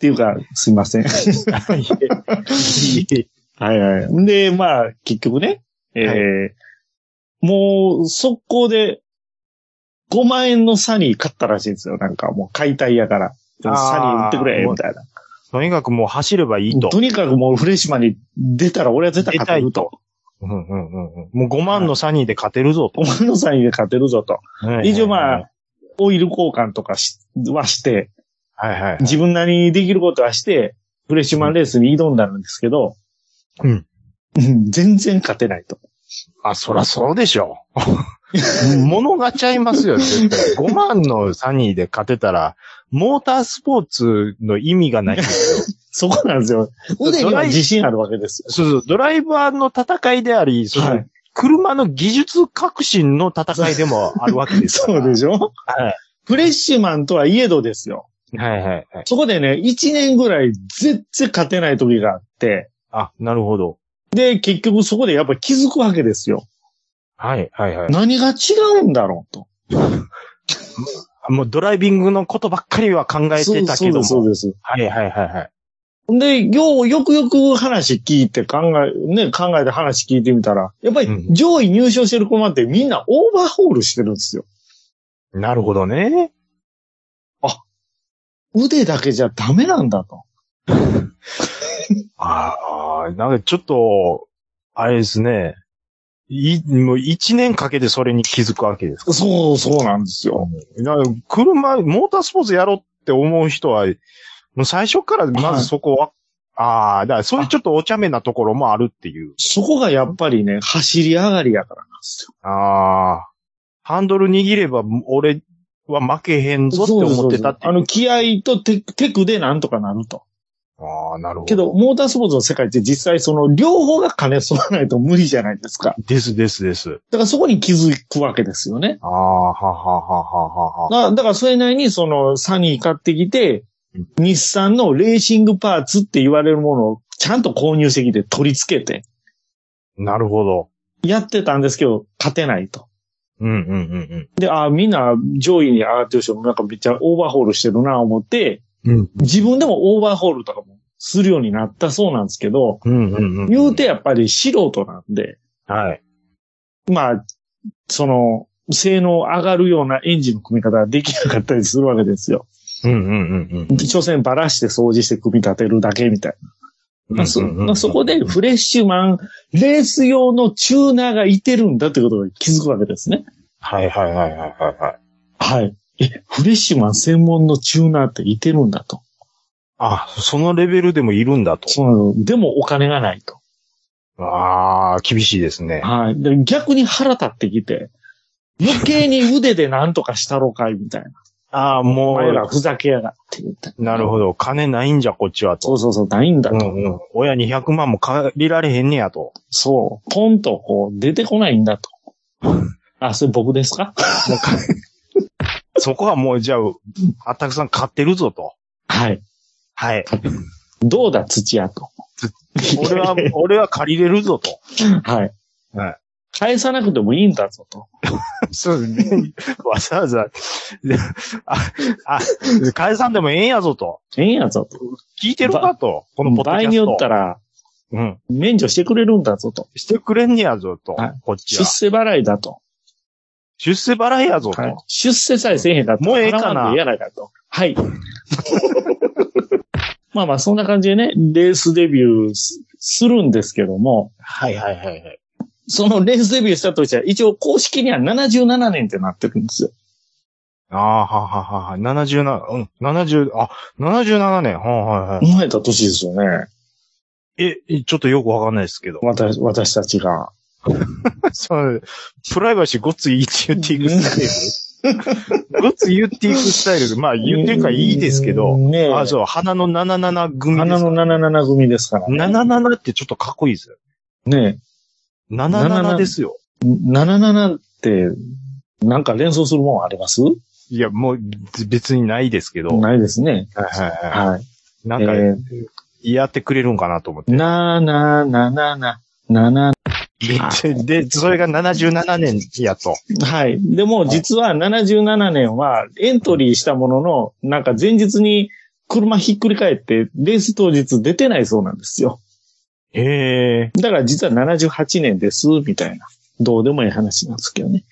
ていうか、すいません。はいはい。で、まあ、結局ね、えーはもう、速攻で、5万円のサニー買ったらしいんですよ。なんかもう解体やから。サニー売ってくれ、みたいな。とにかくもう走ればいいと。とにかくもうフレッシュマンに出たら俺は絶対勝てると。うんうんうんうんもう5万のサニーで勝てるぞと。 5万のサニーで勝てるぞと。一応まあ、、オイル交換とかしはして、はいはい。自分なりにできることはして、フレッシュマンレースに挑んだんですけど、うんうん。全然勝てないと。あ、そらそうでしょ。 物がちゃいますよ、絶対。5万のサニーで勝てたら、モータースポーツの意味がない んですよ。そこなんですよ。腕にドはライ自信あるわけですよ。そうそう、ドライバーの戦いであり、そのはい車の技術革新の戦いでもあるわけですか そら。うでしょはいフレッシュマンとはいえどですよ。はいはいはい。そこでね、1年ぐらい全然勝てない時があって、あ、なるほど。で、結局そこでやっぱ気づくわけですよ。はいはいはい。何が違うんだろうと。もうドライビングのことばっかりは考えてたけども。そうです、そうです。はいはいはいはい。で、よう、よくよく話聞いて考え、ね、考えて話聞いてみたら、やっぱりうん上位入賞してる駒ってみんなオーバーホールしてるんですよ。なるほどね。腕だけじゃダメなんだと。ああ、なんかちょっと、あれですね。い、もう一年かけてそれに気づくわけですか。そう、そうなんですよ。なんか車、モータースポーツやろうって思う人は、もう最初からまずそこは、ああ、だからそういうちょっとお茶目なところもあるっていう。そこがやっぱりね、走り上がりやからなんですよ。ああ、ハンドル握れば俺は負けへんぞって思ってたっていあう。の、気合とテクテクでなんとかなると。ああ、なるほけど。ど、モータースポーツの世界って実際その両方が兼ね備わないと無理じゃないですか。ですですです。だからそこに気づくわけですよね。ああ、はははははは。だだからそれなりにそのサニー買ってきて、日産のレーシングパーツって言われるものをちゃんと購入してきて取り付けてなるほど。やってたんですけど、勝てないと。うんうんうんで、ああ、みんな上位に上がってる人もなんかめっちゃオーバーホールしてるな思って、うん。うん自分でもオーバーホールとかもするようになったそうなんですけど、うんうんうん。言うてやっぱり素人なんで、はい。まあ、その、性能上がるようなエンジンの組み方ができなかったりするわけですよ。うんうんうん所詮ばらして掃除して組み立てるだけみたいうん。な。そそこでフレッシュマン、レース用のチューナーがいてるんだということが気づくわけですね。はいはいはいはいはいはい。はい。え、フレッシュマン専門のチューナーっていてるんだと。あ、そのレベルでもいるんだと。そうなの。でもお金がないと。ああ、厳しいですね。はい。で逆に腹立ってきて、余計に腕でなんとかしたろかい、みたい な。ああ、おも前らう、ふざけやがって、みたいな。なるほど。金ないんじゃ、こっちはそと。うそうそう、ないんだうと。んうん。親200万も借りられへんねやと。そう。ポンとこう、出てこないん だと。あ、それ僕ですかもうかそこはもう、じゃあ、あたくさん買ってるぞと。はい。はい。どうだ、土屋と。俺は、俺は借りれるぞ と。はい。はい。返さなくてもいいんだぞと。そうですね。わざわざ、あ、あ、返さんでもええんやぞと。ええんやぞと。聞いてるかと。このポッドキャスト。場合によったら。ら、うん。免除してくれるんだぞと。してくれんねやぞとはい。こっち出は。世払いだと。出世払いやぞと。はい出世さえせえへんかったらもうええかな払わんでやらかと。はい。 まあまあ、そんな感じでね、レースデビューすするんですけども、はいはいはいはい。そのレースデビューしたとしては、一応公式には77年ってなってるんですよ。ああ、はははは。77、うん、70、あ、77年。はいはいはい。生まれた年ですよね。。え、えちょっとよくわかんないですけど私、私たちが。 そう、プライバシーごっつ言って言っていくスタイ ル。ごっつ言っていくスタイル。まあ言ってるからいいですけど。ねえ。あ、そう、花の77組で花すの77組ですからね。 77ってちょっとかっこいいですよ。ね77ですよ。え。77って、なんか連想するもんありますいや、もう別別にないですけど。はいないですね。はいははい。い。なんか、えやってくれるんかなと思って。ななななな、なな、 で、それが77年やと。はい。でも実は77年はエントリーしたものの、なんか前日に車ひっくり返って、レース当日出てないそうなんですよ。へえ。だから実は78年です、みたいな。どうでもいい話なんですけどね。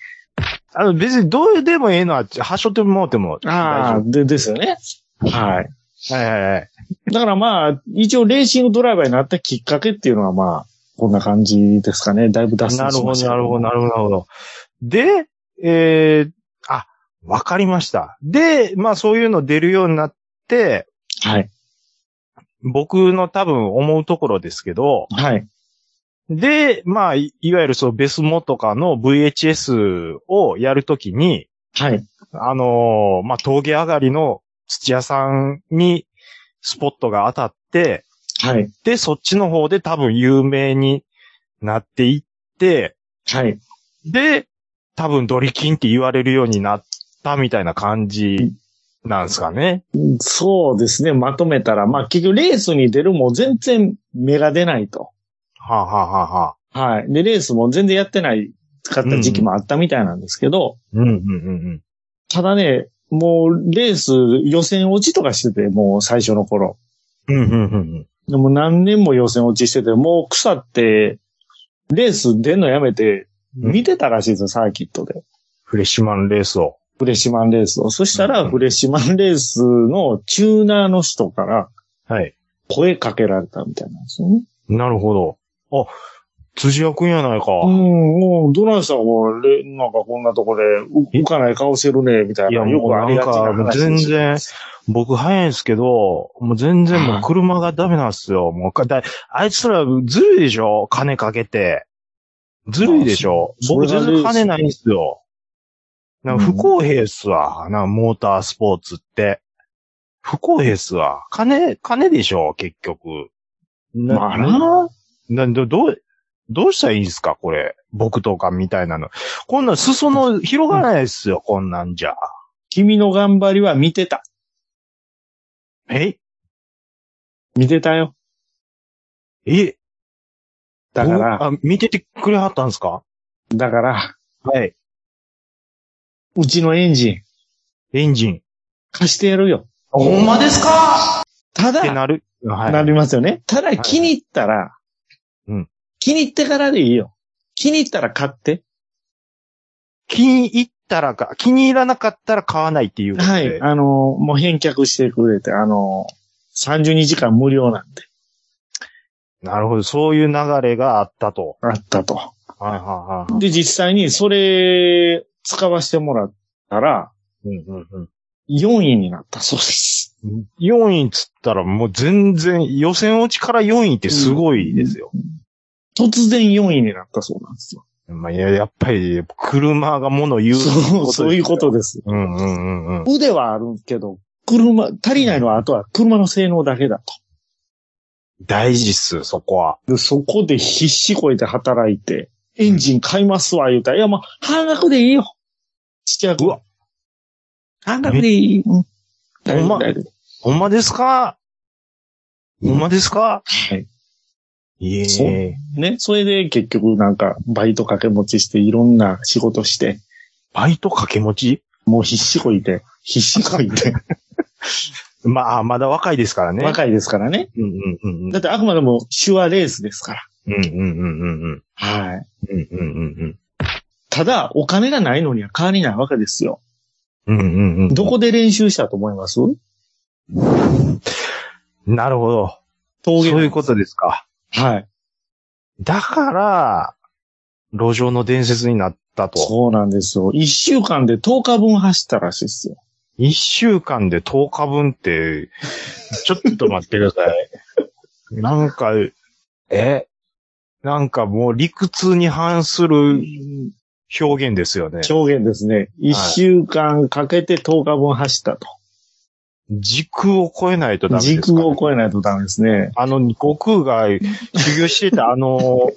あの、別にどうでもええのは、はしょってもうてもああ、大丈で、ですよね。はい。夫。はいはいはい。だからまあ、一応レーシングドライバーになったきっかけっていうのはまあ、こんな感じですかね。だいぶ脱な線るしほましど、なたるけどほど、なるほど、なるほど。で、えー、あ、わかりました。で、まあそういうの出るようになって、はい。僕の多分思うところですけど、はい。で、まあ、いいわゆるそのベスモとかの VHS をやるときに、はい。あのーまあ、峠上がりの土屋さんにスポットが当たって、はい。で、そっちの方で多分有名になっていって、はい。で、多分ドリキンって言われるようになったみたいな感じなんですかね。そうですね。まとめたら、まあ結局レースに出るも全然芽が出ないと。はあ、はあはあはあ、はい。で、レースも全然やってない、使った時期もあったみたいなんですけど、うんうんうんただね、もうレース予選落ちとかしてて、もう最初の頃。うん。うんうんうんでも何年も予選落ちしてて、もう腐って、レース出んのやめて、うん。見てたらしいですよ、サーキットで。フレッシュマンレースを。フレッシュマンレースを。そしたうら、んフレッシュマンレースのチューナーの人からはい。声かけられたみたいなんですよね。なるほど。あ、辻谷くんやないか。うん、もう、どないしたんこれ、なんかこんなとこで、う浮かない顔してるね、みたいいな。やよもうくありがちな話なんかですよ全然。僕早いんですけど、もう全然もう車がダメなんですよ。もうか、だ、あいつらずるいでしょ金かけて。ずるいでしょあそ僕それ全が然金ないんですよ。なんか不公平っすわ。なんかモータースポーツって。不公平っすわ。金、金でしょ結局。なまあな。など、どう、どうしたらいいんすかこれ。僕とかみたいなの。こんなん裾の広がらないっすよ。こんなんじゃ。君の頑張りは見てた。え見てたよ。えだかおら、あ、見ててくれはったんですかだから、はい。うちのエンジン、エンジン。貸してやるよ。ほんまですかたってだ、なる。はい。なりますよね。ただ、い気に入ったらうん、気に入ってからでいいよ。気に入ったら買って。気に入ったらか、気に入らなかったら買わないっていうことはで。い。あの、もう返却してくれて、あの、32時間無料なんで、なるほど。そういう流れがあったと。あったと。はいはいはいはい。で、実際にそれ使わせてもらったら、うんうんうん4位になったそうです。 4位っつったらもう全然、予選落ちから4位ってすごいですよ。突然4位になったそうなんですよ。まあ、いや、やっぱり、車が物言う。そう、そういうことでです。すよ。うんうんうんうん。腕はあるけど、車、足りないのはあとは車の性能だけだと。大事っす、そこは。で、そこで必死こいて働いて、エンジン買いますわ、言うたら、いや、もう、半額でいいよ。ちっちゃく。うわ半額でいい。うん。ほんま大丈夫大丈ほんまですかほんまですか夫はい。いえそうね、それで結局なんか、バイト掛け持ちして、いろんな仕事して、バイト掛け持ちもう必死こいて、必死こいて、まあ、まだ若いですからね。い。若いですからね。うんうんうんうん。だってあくまでも手話レースですから。うんうんうんうんうん。はい。うんうんうんただ、お金がないのには変わりないわけですよ。うん。うんうんうん。どこで練習したと思いますなるほど。峠そういうことですか。はい。だから、路上の伝説になったと。そうなんですよ。一週間で10日分走ったらしいですよ。一週間で10日分って、ちょっと待ってくださ い。なんか、えなんかもう理屈に反する表現ですよね。表現ですね。一週間かけて10日分走ったと。時空を超えないとダメです時か、空を超えないとダメですね。あの、悟空が修行してたあ の、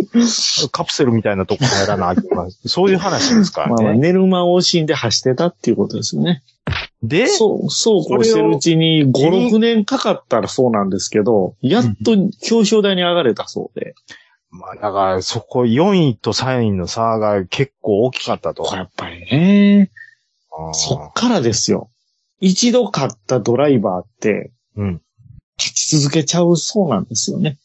カプセルみたいなとこ入らなあきませんそういう話ですからまあまあ、ね。寝る間を惜しんで走ってたっていうことですよね。で、そう、そうこうしてるうちに5、れを6年かかったらそうなんですけど、やっと表彰台に上がれたそうで。まあ、だから、そこ4位と3位の差が結構大きかったと。これやっぱりね、あーそっからですよ。一度勝ったドライバーって、うん。勝ち続けちゃうそうなんですよね。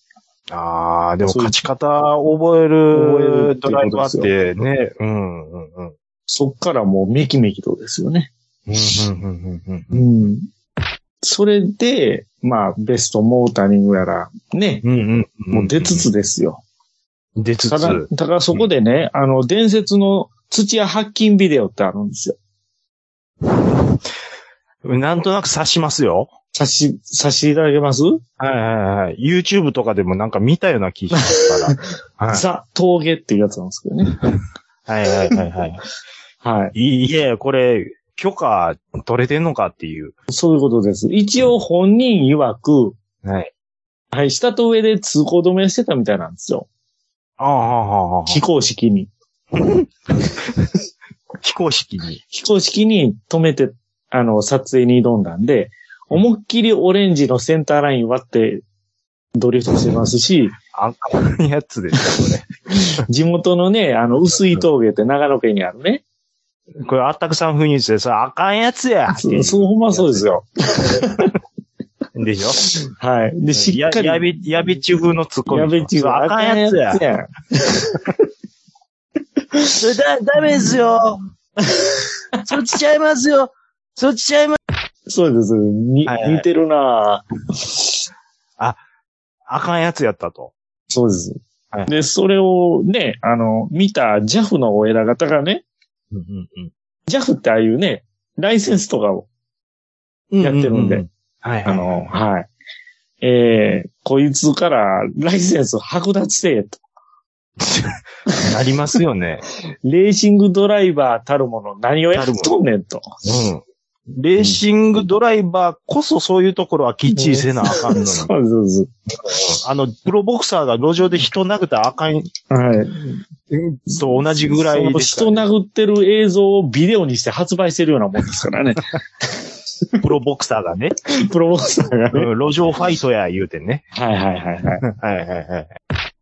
ああ、でもそう勝ち方を覚える覚えるってドいうライことでバすーよってね、うん、うん、うん。うんそっからもうメキメキとですよね。うんうんうんうんうん。それで、まあ、ベストモータリングやら、ね、うんうんうんもう出つつですよ。出つただ、つ。ただそこでね、あの、伝説の土屋発金ビデオってあるんですよ。なんとなく刺しますよ。差し、差しいただけます、はいはいはい。YouTube とかでもなんか見たような気がします から。はいザ・峠っていうやつなんですけどね。はいはいはいはい。はい。いいえ、これ、許可取れてんのかっていう。そういうことです。一応本人曰く、はい。はい、下と上で通行止めしてたみたいなんですよ。ああ、ああ、ああ。非公式に。非公式に。非公式に止めて、あの、撮影に挑んだんで、思いっきりオレンジのセンターライン割ってドリフトしてますし、赤いやつ ですよ、これ。地元のね、あの、薄い峠って長野県にあるね。これ、あったくさん風に言って、それあかんやつやそう、そうほんまそうですよ。でしょはい。で、しっかり。ややべ、やべっち風のツッコミ。やべっちゅうそれあかんやつや。や。それだ、ダメですよ。そっちちゃいますよ。そっちちゃいます。そうです。に、はいはい似てるなぁあかんやつやったと。そうですはい。で、それをね、あの、見た JAF のお偉方がね、うんうん JAF ってああいうね、ライセンスとかを、うんやってるんで。はいはい。あの、、はい。えー、こいつからライセンス剥奪せえと。なりますよね。レーシングドライバーたるもの何をやっとんねんと。うん。レーシングドライバーこそそういうところはきっちりせなあかんのに。そうですそうです。あの、プロボクサーが路上で人殴ったらあかんはい。と同じぐらいですか人らね、殴ってる映像をビデオにして発売してるようなもんですから ね。プロボクサー がね、プロボクサーがうね。ん路上ファイトや言うてね。はいはいはいはい。はいはいはい。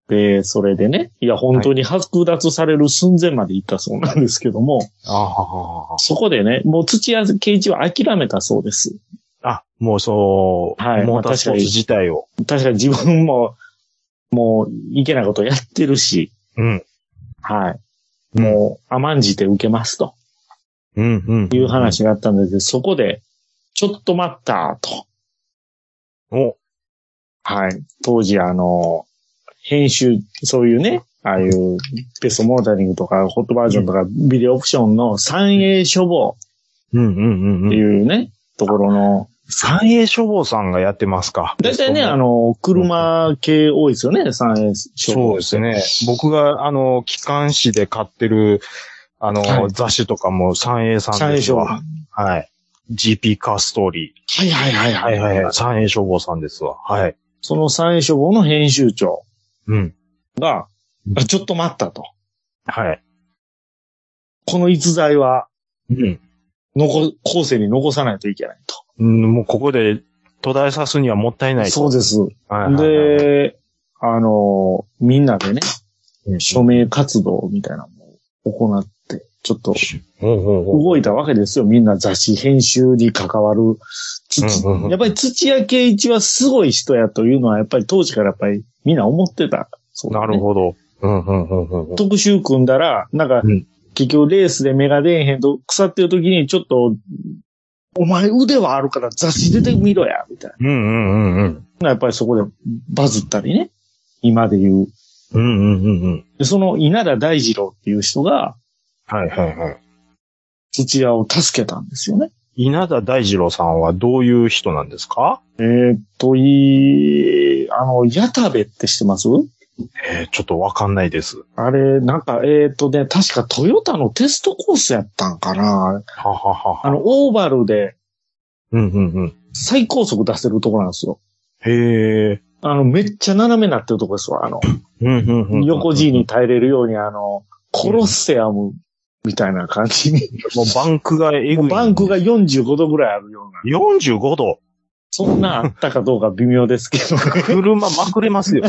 で、それでね、いや、本当に剥奪される寸前まで行ったそうなんですけども、あそこでね、もう土屋圭一は諦めたそうです。あ。あ、もうそう、はいモータースポーツ自体を。確かに自分も、もう、いけないことやってるし、うん。はい。もう、甘んじて受けますとうん、うん。いう話があったんですけど、そこで、ちょっと待った、と。お、はい。当時、あの、編集、そういうね、ああいう、ベストモータリングとか、ホットバージョンとか、ビデオオプションの三栄処方うん、うん、っうん。てうんいうね、ところの三栄処方さんがやってますか。大体ね、あの、車系多いですよね、三円商そうですね。僕が、あの、機関誌で買ってる、あの、はい雑誌とかも三栄さん三で円す商法。わ。ははい。GP カーストーリー。いはいはいはい。はいはい。三栄消防さんですわ。はい。その三円処方の編集長うん。が、あちょっと待ったと。はい。この逸材は、うん。残、後世に残さないといけないうんもうここで途絶えさすにはもったいなと。い。そうです。はいはいはい、で、あの、みんなでね、うん署名活動みたいなのを行って、ちょっとほうほうほう動いたわけですよ。みんな雑誌編集に関わる。土うんうんうんやっぱり土屋圭一はすごい人やというのは、やっぱり当時からやっぱりみんな思ってた。そうだなねるほど。うんうんうんうんうん。特集組んだら、なんか、うん結局レースで目が出えへんと、腐ってる時にちょっと、お前腕はあるから雑誌出てみろや、みたいうんうんうんうん。な。やっぱりそこでバズったりね。今で言う。うんうんうんうん。で、その稲田大二郎っていう人がはいはいはい。土屋を助けたんですよね。稲田大二郎さんはどういう人なんですかえーっと、いい、あの、矢田部って知ってますえーちょっとわかんないです。あれ、なんか、えーっとね、確かトヨタのテストコースやったんかな。はははは。あの、オーバルでうんうんうん。最高速出せるところなんですよ。へえ。あの、めっちゃ斜めになってるとこですわ。あの、うんうんうん。横 G に耐えれるように、あの、コロッセアムみたいな感じに、もうバンクがえぐい。バンクが45度ぐらいあるような、 45度。そんなあったかどうか微妙で すけど。車まくれます よ。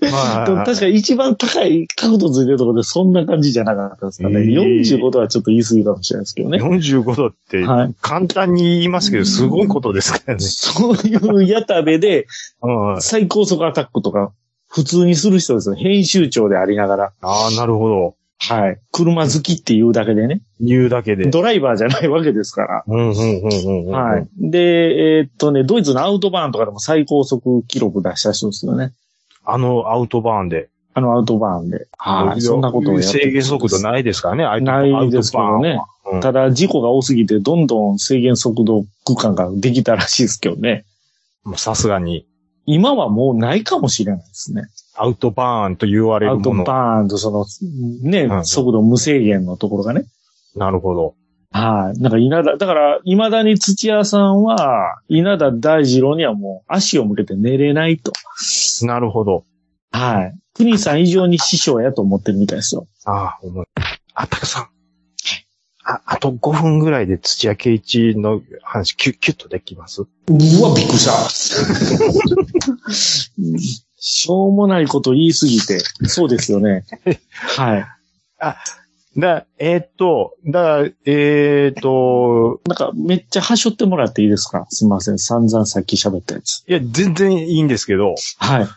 でも確かに一番高い角度ついてるところでそんな感じじゃなかったですかね。えー45度はちょっと言い過ぎかもしれないですけどね。 45度ってはい。簡単に言いますけど、すごいことですからね。そういう矢田部でうん。あ最高速アタックとか普通にする人ですよ。編集長でありながら。あ、なるほど。はい。車好きっていうだけでね。言うだけで。ドライバーじゃないわけですから。うんうんうんうんうん。はい。。で、えーっとね、ドイツのアウトバーンとかでも最高速記録出した人ですよね。あのアウトバーンで。あのアウトバーンで。はい。そんなことをやって制限速度ないですからね、あないですけどアね。ウトバーンは。うんただ、事故が多すぎて、どんどん制限速度区間ができたらしいですけどね。もうさすがに、今はもうないかもしれないですね。アウトバーンと言われアるウトもの。バーンとその、ねう、ん速度無制限のところがね。なるほど。はい。なんか、稲田、だから、未だに土屋さんは、稲田大二郎にはもう足を向けて寝れないと。なるほど。はい。国さん以上に師匠やと思ってるみたいですよ。ああ、思い。あたくさん。あ、あと5分ぐらいで土屋圭一の話、キュッ、キュッとできますうわ、びっくりした。しょうもないこと言いすぎて。そうですよ ね。はい。だ、えーっと、だ、えーっと、なんか、めっちゃ端折ってもらっていいですかすみません。散々さっき喋ったやつ。いや、全然いいんですけど、はい。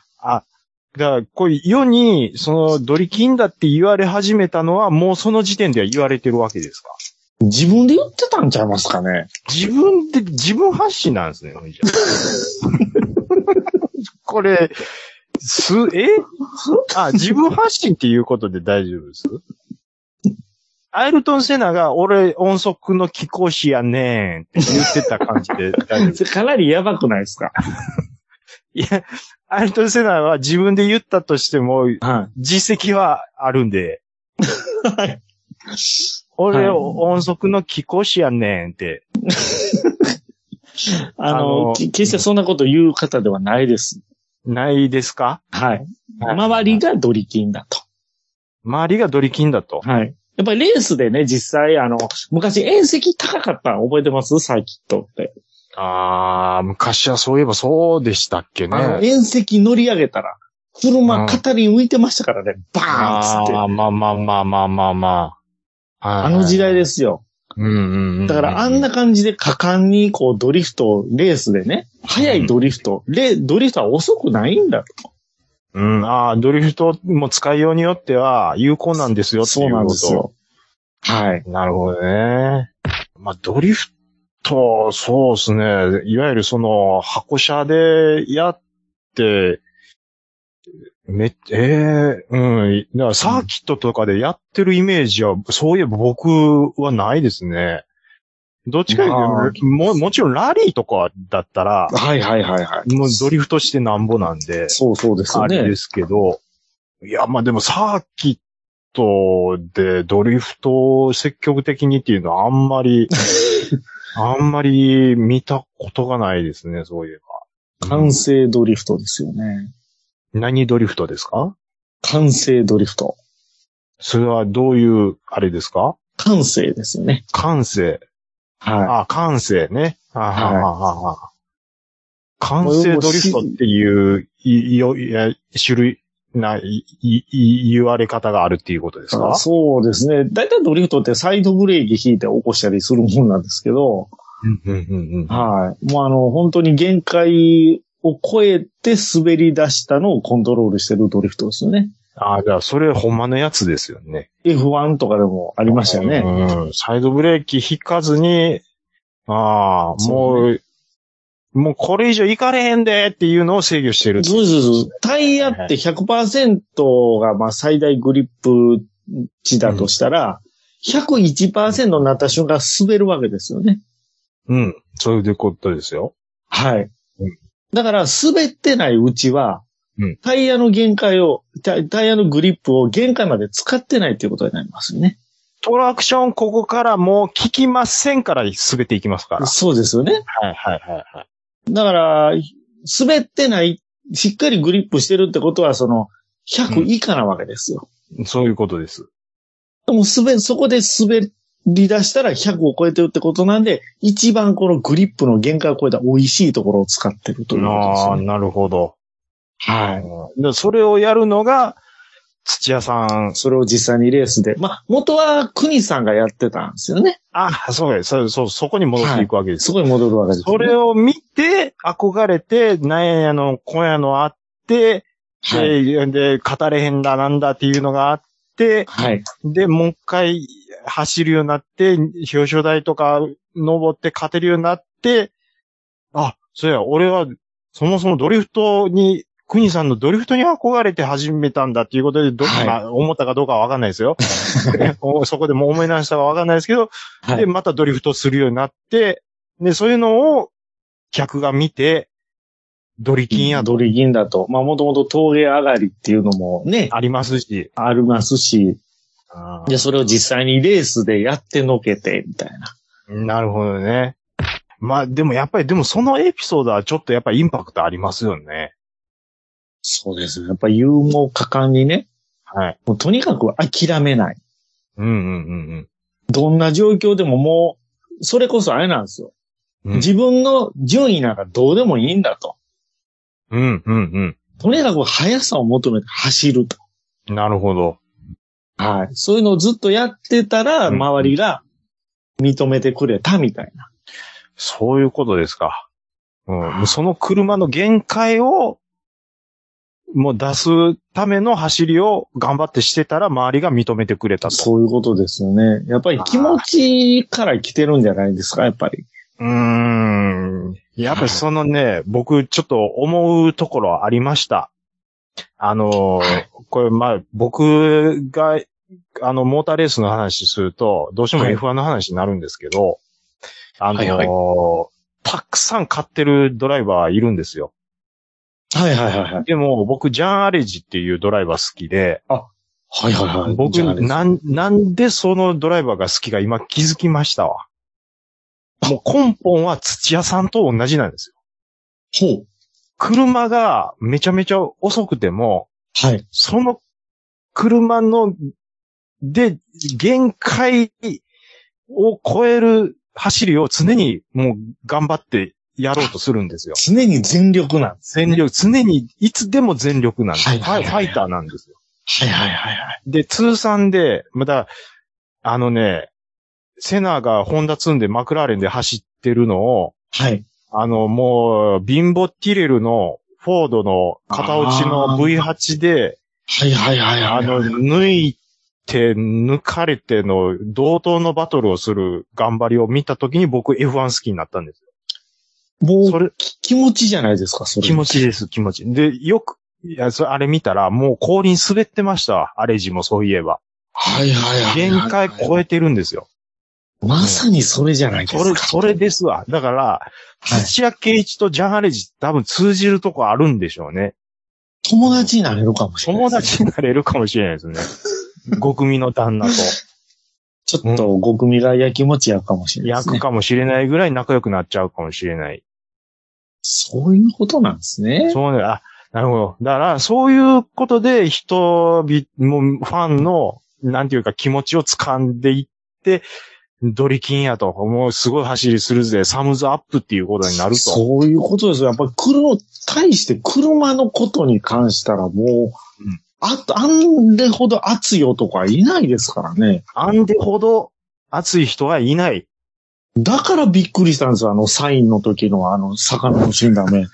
だ、こう、世に、その、ドリキンだって言われ始めたのは、もうその時点では言われてるわけですか自分で言ってたんちゃいますかね自分で、自分発信なんですね、ほいじゃあこれ、す、えあ、自分発信っていうことで大丈夫ですアイルトン・セナが、俺、音速の貴公子やねんって言ってた感じで大丈夫ですそれかなりやばくないですかいや、アルトンセナは自分で言ったとしても、は実績はあるんで。はい俺、はい音速の貴公子やねんって。い。あの、あのき決してそんなこと言う方ではないです。ないですかはい。はい周りがドリキンだと。周りがドリキンだと。はい。やっぱりレースでね、実際、あの、昔遠赤高かったの覚えてますサーキットって。あー、昔はそういえばそうでしたっけあの、ね。遠赤乗り上げたら、車片に浮いてましたからね、バーンっつって。あー、まあまあまあまあまあまあ。はいあの時代ですよ。うんうんうん。だからあんな感じで果敢にこうドリフト、レースでね、速いドリフト、レドリフトは遅くないんだうん、あードリフトも使いようによっては有効なんですよと。っていそうこうと。なんですよ。はい。なるほどね。まあ、ドリフト、そうですね。いわゆるその、箱車でやって、めっ、ええうん。だからサーキットとかでやってるイメージは、そういえば僕はないですね。どっちかいうと、も、もちろんラリーとかだったら、はいはいはいはい。もうドリフトしてなんぼなんで、そうそうですよあれねで。すけど、いや、まあでもサーキットでドリフトを積極的にっていうのはあんまり、あんまり見たことがないですね、そういえば。完成ドリフトですよね。何ドリフトですか完成ドリフト。それはどういう、あれですか完成ですよね。感性。はあ、感性ね。あははいははは。感性ドリフトっていう、いよ、いや、種類、な、い、いい、言われ方があるっていうことですかい。そうですね。だいたいドリフトってサイドブレーキ引いて起こしたりするもんなんですけど、うんうんうんうんはい。もうあの、本当に限界を超えて滑り出したのをコントロールしてるドリフトですよね。あじゃあ、それ、ほんまのやつですよね。 F1 とかでもありましたよね。うん。サイドブレーキ引かずに、ああ、も、そうもうこれ以上行かれへんでっていうのを制御してるってそうそうそう。タイヤって100%がまあ最大グリップ値だとしたら、101%になった瞬間滑るわけですよね。うん。そういうことですよ。はいうん。だから滑ってないうちはうん、タイヤの限界を、タタイヤのグリップを限界まで使ってないということになりますよね。トラクション、ここからもう効きませんから滑っていきますから。そうですよね。はいはいはいはい。だから、滑ってない、しっかりグリップしてるってことは、その、100以下なわけですよ。そういうことです。でも滑、そこで滑り出したら100を超えてるってことなんで、一番このグリップの限界を超えた美味しいところを使ってるということですあよあ、ね。なるほど。はい。でそれをやるのが、土屋さん。それを実際にレースで。まあ、元は国さんがやってたんですよね。あ、そうです。そう、そう、そこに戻っていくわけですす。ごい戻るわけです、ね。それを見て、憧れて、なんやの、今夜のあって、はい。で、で、語れへんだ、なんだっていうのがあって、はい。で、もう一回走るようになって、表彰台とか登って勝てるようになって、あ、そうや、俺は、そもそもドリフトに、国さんのドリフトに憧れて始めたんだっていうことで、ど、はいまあ思ったかどうかはわかんない ですよ。おそこでもう思い出したかわかんないですけど、はで、い。またドリフトするようになって、で、そういうのを客が見て、ドリキンやドドリギンだと。まあ、もともと峠上がりっていうのもね、ありますし、ありますし、で、それを実際にレースでやってのけて、みたいな。なるほどね。まあでもやっぱり、でもそのエピソードはちょっとやっぱインパクトありますよね。そうですね。やっぱ勇猛果敢にね、はい。もうとにかく諦めない。うんうんうんどんな状況でももう、それこそあれなんですよ。うん。自分の順位なんかどうでもいいんだと。うんうんとにかく速さを求めて走ると。うん。なるほど。はい。そういうのをずっとやってたら、うん周りが認めてくれたみたいな。そういうことですか。うん。その車の限界を、もう出すための走りを頑張ってしてたら周りが認めてくれたと。そういうことですよね。やっぱり気持ちから来てるんじゃないですか、やっぱり。うーん。やっぱりそのね、僕ちょっと思うところありました。あのーはいこれまあ、僕が、あの、モーターレースの話すると、どうしてもはい F1 の話になるんですけど、あのーはいたくさん買ってるドライバーいるんですよ。はいはいはいはい。でも、僕、ジャン・アレジっていうドライバー好きで、はいはいはい。僕、じゃあですなん、なんでそのドライバーが好きか今気づきましたわ。もう根本は土屋さんと同じなんですよほう。車がめちゃめちゃ遅くても、はい。その車の、で、限界を超える走りを常にもう頑張ってやろうとするんですよ。常に全力なんです。全力、常にいつでも全力なんです。はフいはいはいァイはいファイターなんですよ。はいはいはいはい。で、通算で、また、あのね、セナがホンダ積んでマクラーレンで走ってるのを、はい。あの、もう、ビンボティレルのフォードの片落ちのあ V8 で、はいはいはいあはい。の、抜いて、抜かれての同等のバトルをする頑張りを見たときに僕 F1 好きになったんです。そもうれ、き気持ちじゃないですか、それ。気持ちです、気持ち。で、よく、いや、それあれ見たら、もう後輪滑ってましたわ。アレジもそういえば。はいはいはいはい。限界超えてるんですよ。まさにそれじゃないでそすれ、か。それですわ。だから、はい土屋圭一とジャン・アレジ多分通じるとこあるんでしょうね。友達になれるかもしれない。友達になれるかもしれないですね。 五組の旦那とちょっと、ご組がやきもちやかもしれないで焼すね、くかもしれないぐらい仲良くなっちゃうかもしれない。そういうことなんですね。そうね、あ、なるほど。だから、そういうことで人び、もうファンの、なんていうか気持ちを掴んでいって、ドリキンやと、もうすごい走りするぜ、サムズアップっていうことになると。そういうことですよ。やっぱり車、対して車のことに関したらもう、うんあと、あんれほど熱い男はいないですからね。あんでほど熱い人はいない。だからびっくりしたんですよ。あの、サインの時のあの、魚の死ん だ目。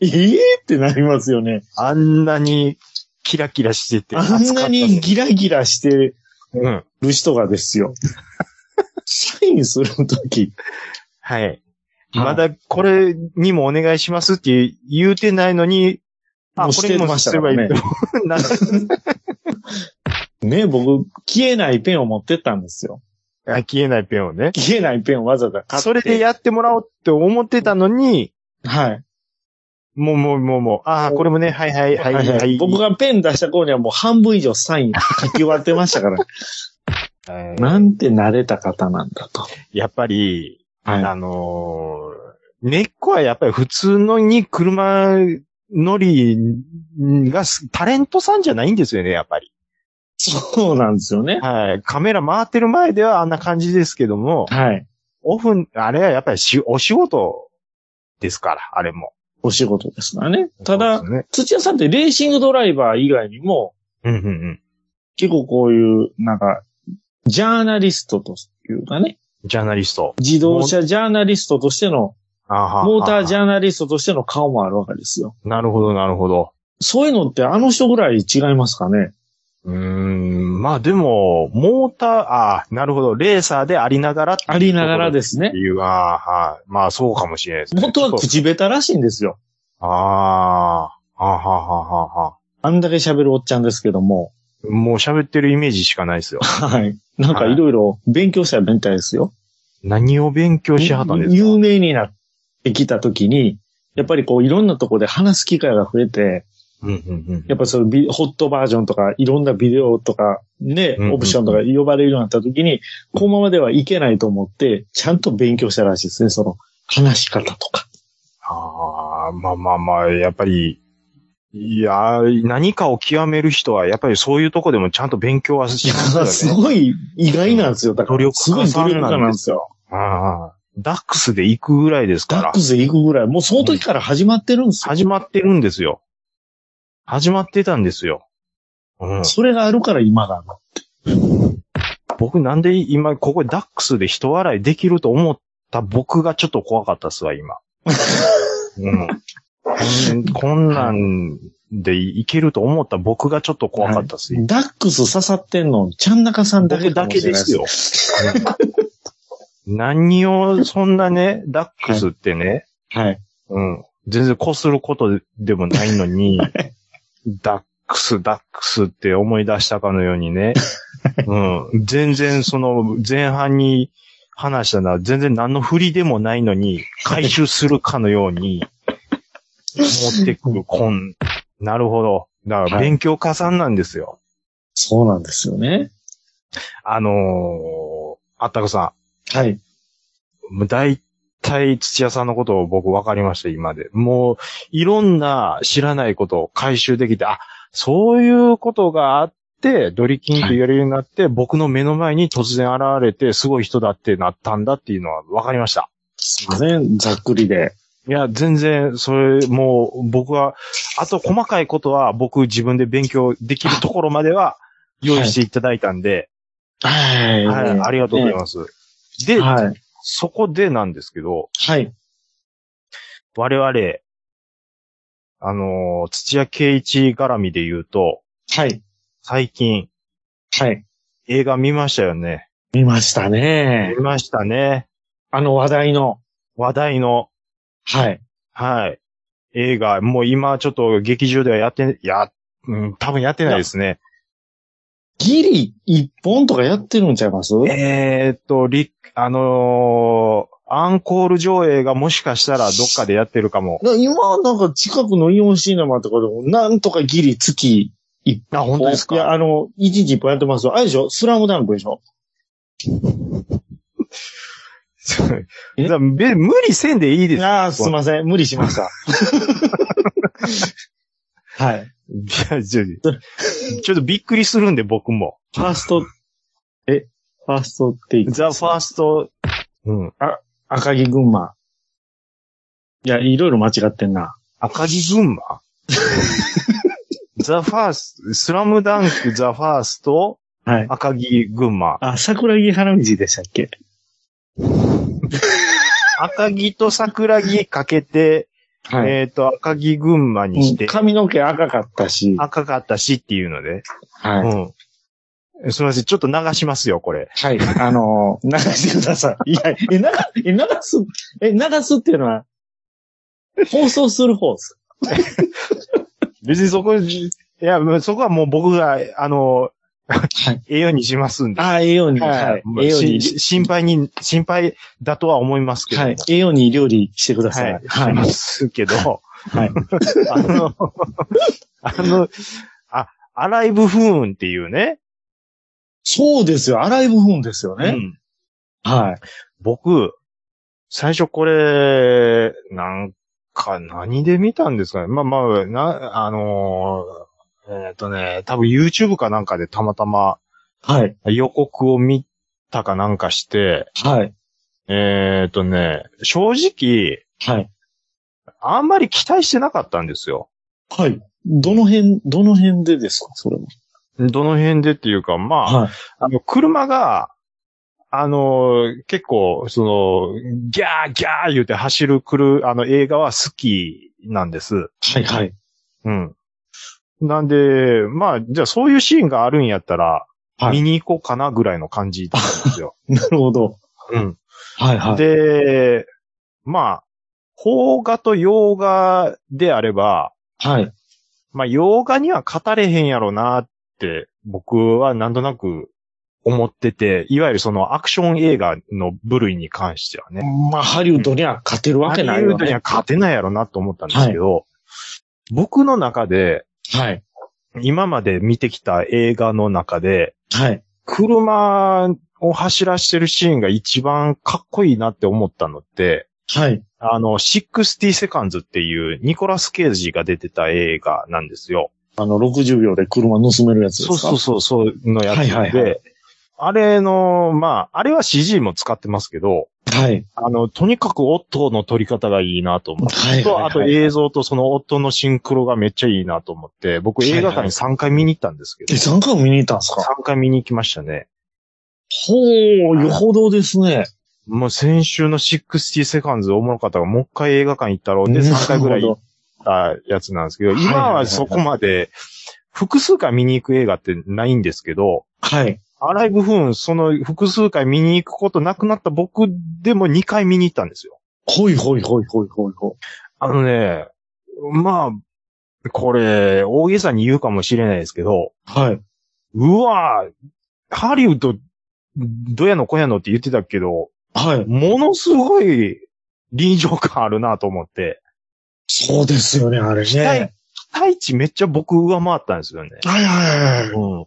ええってなりますよね。あんなにキラキラしててあん熱かっなた。にギラギラしてうん。る人がですよ。サインする時はい。はいまだこれにもお願いしますって言うてないのに、もうしてましたからねこれにもすればいいとなね、僕、消えないペンを持ってったんですよ。あ消 えないペンをね。消えないペンをわざわざ買って。それでやってもらおうって思ってたのに、はい。もうもうもうもう、ああ、これもね、はいはいはいはい。僕がペン出した頃にはもう半分以上サイン書き終わってましたから。はい なんて慣れた方なんだと。やっぱり、はあのー根っこはやっぱり普通のに車乗りがすタレントさんじゃないんですよね、やっぱり。い。そうなんですよね。はい。カメラ回ってる前ではあんな感じですけども、はい。オフ、あれはやっぱりし、お仕事ですから、あれも。お仕事ですからね。ただそ、うですね土屋さんってレーシングドライバー以外にも、うんうんうん。結構こういう、なんか、ジャーナリストというかね、ジャーナリスト。自動車ジャーナリストとしての、あモータージャャーナリストとしての顔もあるわけですよ。なるほど、なるほど。そういうのってあの人ぐらい違いますかね。うーん、まあでも、モーター、ああ、なるほど、レーサーでありながらっていうありながらところですねって。いう、ああ、はい。まあそうかもしれないですね。元はちょっ口下手らしいんですよ。とああ、はあはあはあはあ。あんだけ喋るおっちゃんですけども。もう喋ってるイメージしかない ですよ。はい。なんかいろいろ勉強したみたいですよ。何を勉強しはったんです有か名になってきた時に、やっぱりこういろんなとこで話す機会が増えて、うんうんうやっぱそのビホットバージョンとかいろんなビデオとかねうんうんう、んオプションとか呼ばれるようになった時に、このままではいけないと思って、ちゃんと勉強したらしいですね。その話し方とか。ああ、まあまあまあ、やっぱり、いやー、何かを極める人は、やっぱりそういうとこでもちゃんと勉強はしますよね。すごい意外なんですよ。だから、努力すご家いさ努んなんです力家なんですよ。ああダックスで行くぐらいですかダッらク、ス行くぐらい、もうその時から始まってるんですよ。始まってるんですよ。始まってたんですよ。うん、それがあるから今がある。僕なんで今、ここダックスで人笑いできると思った僕がちょっと怖かったっすわ、今。 うん、こんこんなんでいけると思った僕がちょっと怖かったっす、今ダックス刺さってんの、ちゃん中さんだけ僕かだもけしれでない すよ。。何を、そんなね、ダックスってね、はい。うん。全然こすることでもないのに、ダックス、ダックスって思い出したかのように ね、うん。全然その前半に話したのは全然何の振りでもないのに、回収するかのように、持ってくる、こん、なるほど。だから勉強家さんなんですよ。そうなんですよね。あのー、あったくさん。はい。もう大体土屋さんのことを僕分かりました、今で。もう、いろんな知らないことを回収できて、あ、そういうことがあって、ドリキンと言われるようになって、僕の目の前に突然現れて、すごい人だってなったんだっていうのは分かりました。すいません、ざっくりで。いや、全然、それ、もう、僕は、あと細かいことは、僕自分で勉強できるところまでは、用意していただいたんで、はい。はい、ありがとうございます。で、はい。そこでなんですけど、はい。我々、あのー土屋圭一絡みで言うと、はい。最近はい。映画見ましたよね。見ましたね見。ましたね。あの話題の。話題の、はい。はい。映画、もう今ちょっと劇場ではやって、や、うん、多分やってないですね。ギリ一本とかやってるんちゃいますえーっと、り、あのーアンコール上映がもしかしたらどっかでやってるかも。な今、なんか近くのイオンシネマとかでも、なんとかギリ月一あ、本当ですいや、かあの、一日一本やってますよ。あれでしょスラムダンクでしょえだからべ無理せんでいいです。いああ、すいません。無理しました。はい。や、ちょちょっとびっくりするんで、僕も。ファースト、え、ファーストテイク。ザ・ファースト、うん。赤木群馬。いや、いろいろ間違ってんな。赤木群馬ザ・ファースト、スラムダンク、ザ・ファースト、はい。赤木群馬。あ、桜木花道でしたっけ赤木と桜木かけて、はい。えっ、と、赤木群馬にして、髪の毛赤かったし。赤かったしっていうので。はい。うん。すみません、ちょっと流しますよ、これ。はい。あのー流してください。いや、え、流、え、流す、え、流すっていうのは、放送する方ですか別にそこ、いや、もうそこはもう僕が、あの、はい。栄養にしますんで。ああ、栄養に、ははいい。もう栄養に、し心配に、心配だとは思いますけども。はい。栄養に料理してください。はい。しま。すけど、はい。あの、あの、あ、アライブフーンっていうね。そうですよ。アライブフーンですようね。んはい。僕、最初これ、なんか何で見たんですかね。まあまあ、な、あのーえっ、とね、多分 YouTube かなんかでたまたまはい。予告を見たかなんかして、はい。えっ、とね、正直、はい。あんまり期待してなかったんですよ。はい。どの辺、どの辺でですかそれも。どの辺でっていうか、まあ、はい。あの、車が、あの、結構、その、ギャーギャー言うて走るくる、あの映画は好きなんです。はい。はい。うん。なんで、まあ、じゃあそういうシーンがあるんやったら、はい見に行こうかなぐらいの感じだったん ですよ。なるほど。うん。はい。はい。で、まあ、邦画と洋画であれば、はい。まあ、洋画には語れへんやろなって、僕はなんとなく思ってて、いわゆるそのアクション映画の部類に関してはね。まあ、ハリウッドには勝てるわけないハリウよッドにはね。勝てないやろなと思ったんですけど、僕の中で、はい。今まで見てきた映画の中で、はい。車を走らしてるシーンが一番かっこいいなって思ったのって、はい。あの、60セカンズっていうニコラス・ケイジが出てた映画なんですよ。あの、60秒で車盗めるやつですそうかそうそう、そうのやつで、はいはいはあれの、まあ、あれは CG も使ってますけど、はい。あの、とにかく音の撮り方がいいなと思って、はいはいはいとあと映像とその音のシンクロがめっちゃいいなと思って、僕映画館に3回見に行ったんですけど、え、3回も見に行ったんですか3回見に行きましたね。ほう、よほどですね。もう先週の60セカンズおもろかったから、もう一回映画館行ったろうで、3回ぐらい行っったやつなんですけど、はいはいはい今はそこまで複数回見に行く映画ってないんですけど、はい。アライブフーン、その複数回見に行くことなくなった僕でも2回見に行ったんですよ。ほいほいほいほいほいほあのね、まあ、これ、大げさに言うかもしれないですけど、い。はい。うわぁ、ハリウッド、どやのこやのって言ってたけど、はい。ものすごい臨場感あるなと思って、そうですよね、あれね。待期待値めっちゃ僕上回ったんですよね。はいはいはい。うん。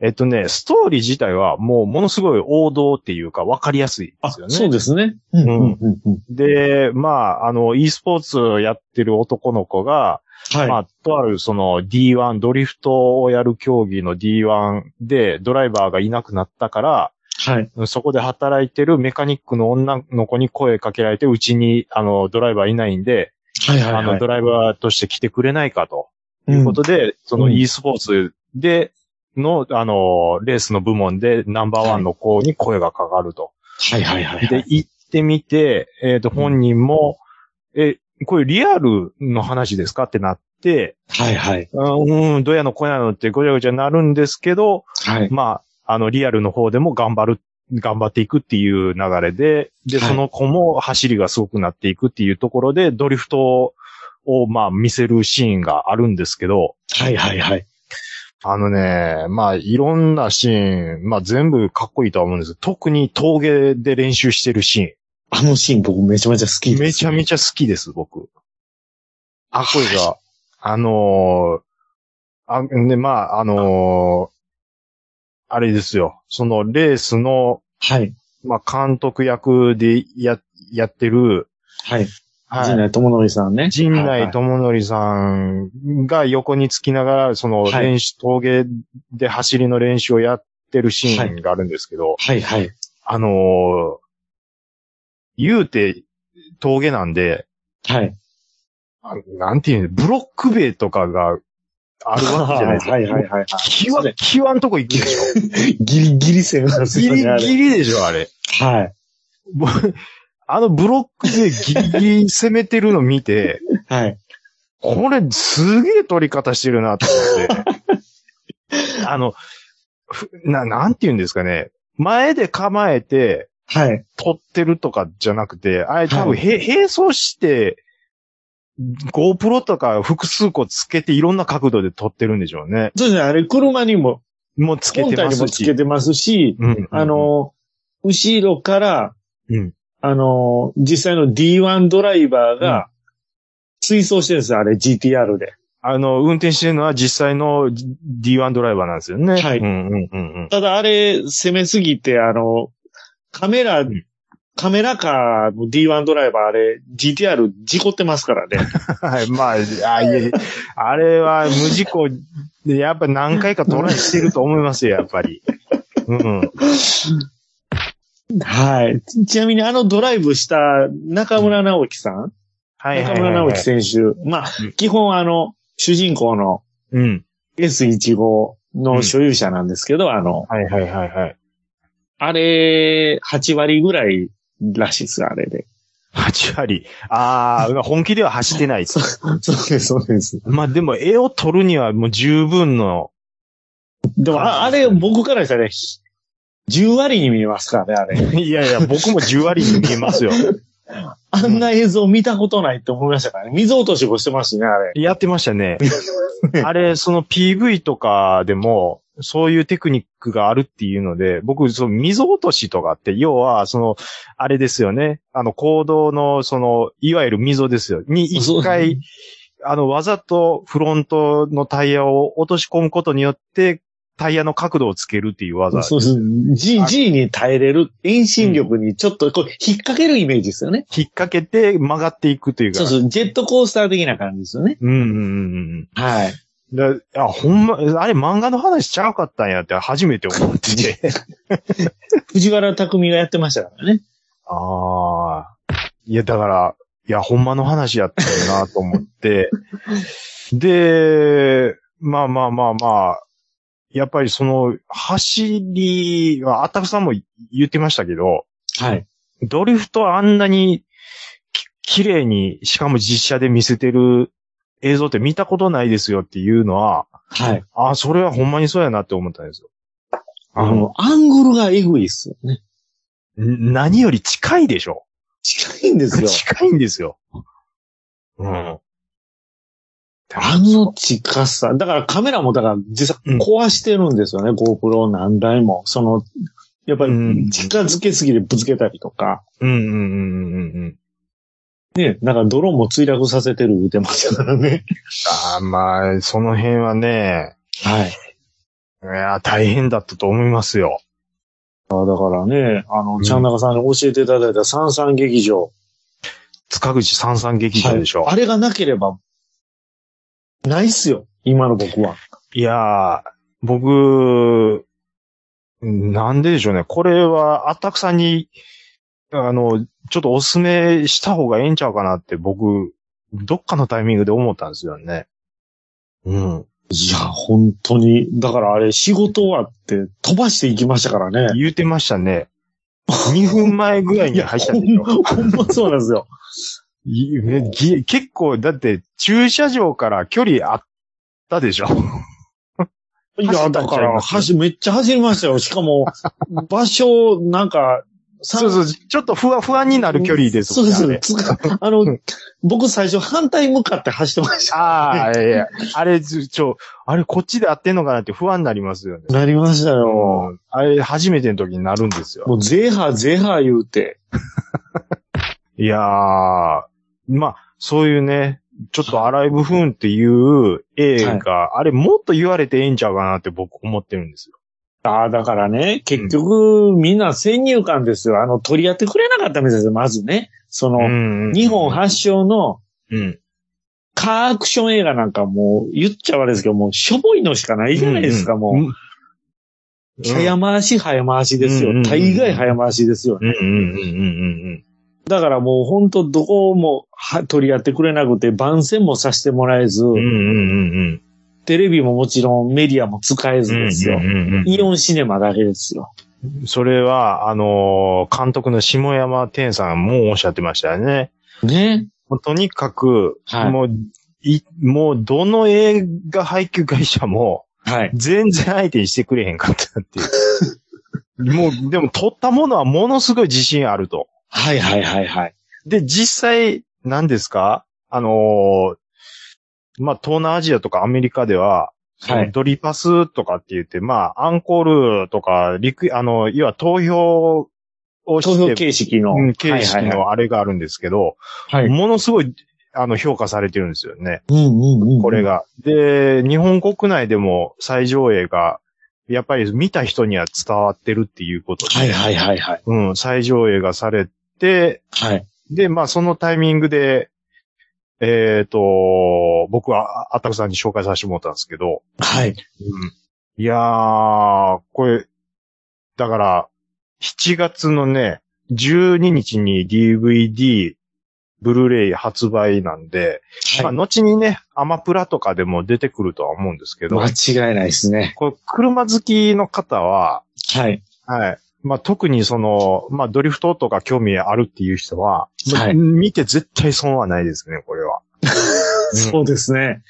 えっとね、ストーリー自体はもうものすごい王道っていうか分かりやすいであ、すよね。そうですね。うんんうんうん。で、まあ、あの、e スポーツやってる男の子が、はい。まあ、とあるその D1、ドリフトをやる競技の D1 でドライバーがいなくなったから、はい。そこで働いてるメカニックの女の子に声かけられて、うちにあの、ドライバーいないんで、はいはい。あの、ドライバーとして来てくれないかと。ということで。で、そのうん e スポーツでの、あの、レースの部門でナンバーワンの子に声がかかると。はいはいはいはでい。、行ってみて、えっ、と、本人も、え、これリアルの話ですかってなって、はいはい。あうん、どやのこやのってごちゃごちゃなるんですけど、はい。まあ、あの、リアルの方でも頑張る、頑張っていくっていう流れで、で、はいその子も走りがすごくなっていくっていうところで、ドリフトを、まあ、見せるシーンがあるんですけど、はいはいはい。あのね、まあ、いろんなシーン、まあ、全部かっこいいとは思うんですけど特に峠で練習してるシあのシーン僕めちゃめちゃ好ーきン。めちゃめちゃ好きです、僕。あ、これが、あのーあ、ね、まあ、あのーあれですよ。その、レースの、ゃ。はい。まあ、監督役でや、やってる、はい。陣はい。内智則さんね。陣内智則さんが横につきながら、そのはい練習、峠で走りの練習をやってるシーンがあるんですけど、はいはい。あのー言うて峠なんで、はい。あなんていうの、ブロック塀とかがあるわけじゃないですか。 はいはいはい。キワ、キワんとこ行くでしょ。ギリギリ線なんですギよリね。あれギリでしょ、あれ。 はい。もうあのブロックでギリギリ攻めてるの見て、はい。これ、すげえ取り方してるなと思 って。あの、ふな、なんて言うんですかね。前で構えて、はい。取ってるとかじゃなくて、あれ多分、はいへ、並走して、GoPro とか複数個つけていろんな角度で撮ってるんでしょうね。そうですね。あれ、車にも、もうつけ本て体まにすもつしけ。てますし、うんうんあ、の、後ろから、うん。あの、実際の D1 ドライバーが、追走してるんですよ、あれ、GTR で。あの、運転してるのは実際の D1 ドライバーなんですよね。はいうんうんうんうん。 ただ、あれ、攻めすぎて、あの、カメラん、カメラカーの D1 ドライバー、あれ、GTR 事故ってますから ね。はい、まあ、あいえあれは無事故で、やっぱ何回かトライしてると思います よ、やっぱり。うん。はい。ちちなみに、あのドライブした中村直樹さん、はいはいはい、はい。中村直樹選手。まあ、うん基本あの、主人公のうん。 S15 の所有者なんですけど、あの、はいはいはいはい。あれ、8割ぐらいらしいです、あれで。 8割。ああ、本気では走ってないです。そうです、そうです。まあでも絵を撮るにはもう十分の、でも、ああれ、僕からしたらね、ひ10割に見えますからね、あ れ。いやいや、僕も10割に見えますよ。あんな映像見たことないって思いましたからね。水落としもしてますしね、あれ。 やってました ね。あれ、その PV とかでも、そういうテクニックがあるっていうので、僕、その溝落としとかって、要は、その、あれですよね。あの、行動の、その、いわゆる溝ですよ。に、一回、あの、わざとフロントのタイヤを落とし込むことによって、タイヤの角度をつけるっていう技。そうです。G、G に耐えれる、遠心力にちょっと、こう、引っ掛けるイメージですよね。引っ掛けて曲がっていくというか。そうそう、ジェットコースター的な感じですよね。うんうんうんうん。はい。だいや、ほんま、あれ漫画の話ちゃうかったんやって初めて思ってて。藤原匠がやってましたからね。ああ。いや、だから、いや、ほんまの話やったよなと思って。で、まあまあまあまあ、やっぱりその、走りは、あたくさんも言ってましたけど、はい。ドリフトあんなにき、綺麗に、しかも実写で見せてる映像って見たことないですよっていうのは、はい。ああ、それはほんまにそうやなって思ったんですよ。あの、アングルがエグいっすよね。ん何より近いでしょ近いんですよ。近いんですよ。うん。あの近さ。だからカメラもだから実際壊してるんですよね、GoPro 何台も。その、やっぱうんり近づけすぎてぶつけたりとか。うんうんうんうんうん。ね、なんかドローンも墜落させてる言うてましたからね。ああ、まあ、その辺はね、はい。いや、大変だったと思いますよ。あだからね、あうのん、ちゃんなかさんに教えていただいた三三劇場。塚口三三劇場でしょ。はいあれがなければ、ないっすよ。今の僕は。い、やー、僕、なんででしょうね。これは、あったくさんに、あの、ちょっとおすすめした方がええんちゃうかなって僕、どっかのタイミングで思ったんですよね。うん。いや、本当に。だからあれ、仕事終わって飛ばしていきましたからね。言うてましたね。2分前ぐらいに入ったんでしょほんほんまそうなんですよ。いえぎ結構、だって、駐車場から距離あったでしょい走や、っただんちゃかいら、ます走、めっちゃ走りましたよ。しかも、場所、なんか、そうそう、ちょっと不安、不安になる距離ですそもうんでねすあねれ。つかあの、僕最初反対向かって走ってました。ああ、いやいや、あれ、ずちょ、あれ、こっちで合ってんのかなって不安になりますよね。なりましたよ。もう、あれ、初めての時になるんですよ。もうゼーハーゼーハー言うて。いやー、まあ、そういうね、ちょっとアライブフーンっていう映画、あれ、もっと言われてええんちゃうかなって僕思ってるんですよ。ああ、だからね、結局、みんな先入観ですよ。あの、取り合ってくれなかったみたいですよまずね。その、ん日本発祥のうん。カーアクション映画なんかもう、言っちゃ悪いですけど、もう、しょぼいのしかないじゃないですか、もう。うん。早回し早回しですよ。うんうんうん大概早回しですよね。うんうんうんうんだからもう本当どこもは取り合ってくれなくて、番宣もさせてもらえず、うんうん。うんうんうんうん。テレビももちろんメディアも使えずですようん。うんうんイオンシネマだけですよ。それは、あのー監督の下山天さんもおっしゃってましたよね。ね。もうとにかく、はいもう、い、もう、どの映画配給会社も、はい。全然相手にしてくれへんかったって いう。もう、でも、撮ったものはものすごい自信あると。はいはいはいはい。で、実際、何ですかあのーまあ、東南アジアとかアメリカでは、はい。ドリパスとかって言って、まあ、アンコールとか、リク、あの、要は投票をして、投票形式の。うん形は式いはいはい。のあれがあるんですけど、はいものすごい、あの、評価されてるんですよね。うんうんうん。これ。が。で、日本国内でも最上映が、やっぱり見た人には伝わってるっていうことで、はいはいはいはい。うん、最上映がされて、はい。で、まあ、そのタイミングで、えっ、と、僕は、あたくさんに紹介させてもらったんですけど、はい。いやー、これ、だから、7月のね、12日に DVD、ブルーレイ発売なんで、まあ、は後にね、アマプラとかでも出てくるとは思うんですけい。ど、間違いないですね。これ、車好きの方は、はい。はい。まあ、特にその、まあ、ドリフトとか興味あるっていう人は、まあはい見て絶対損はないですね、これ は。そうですね。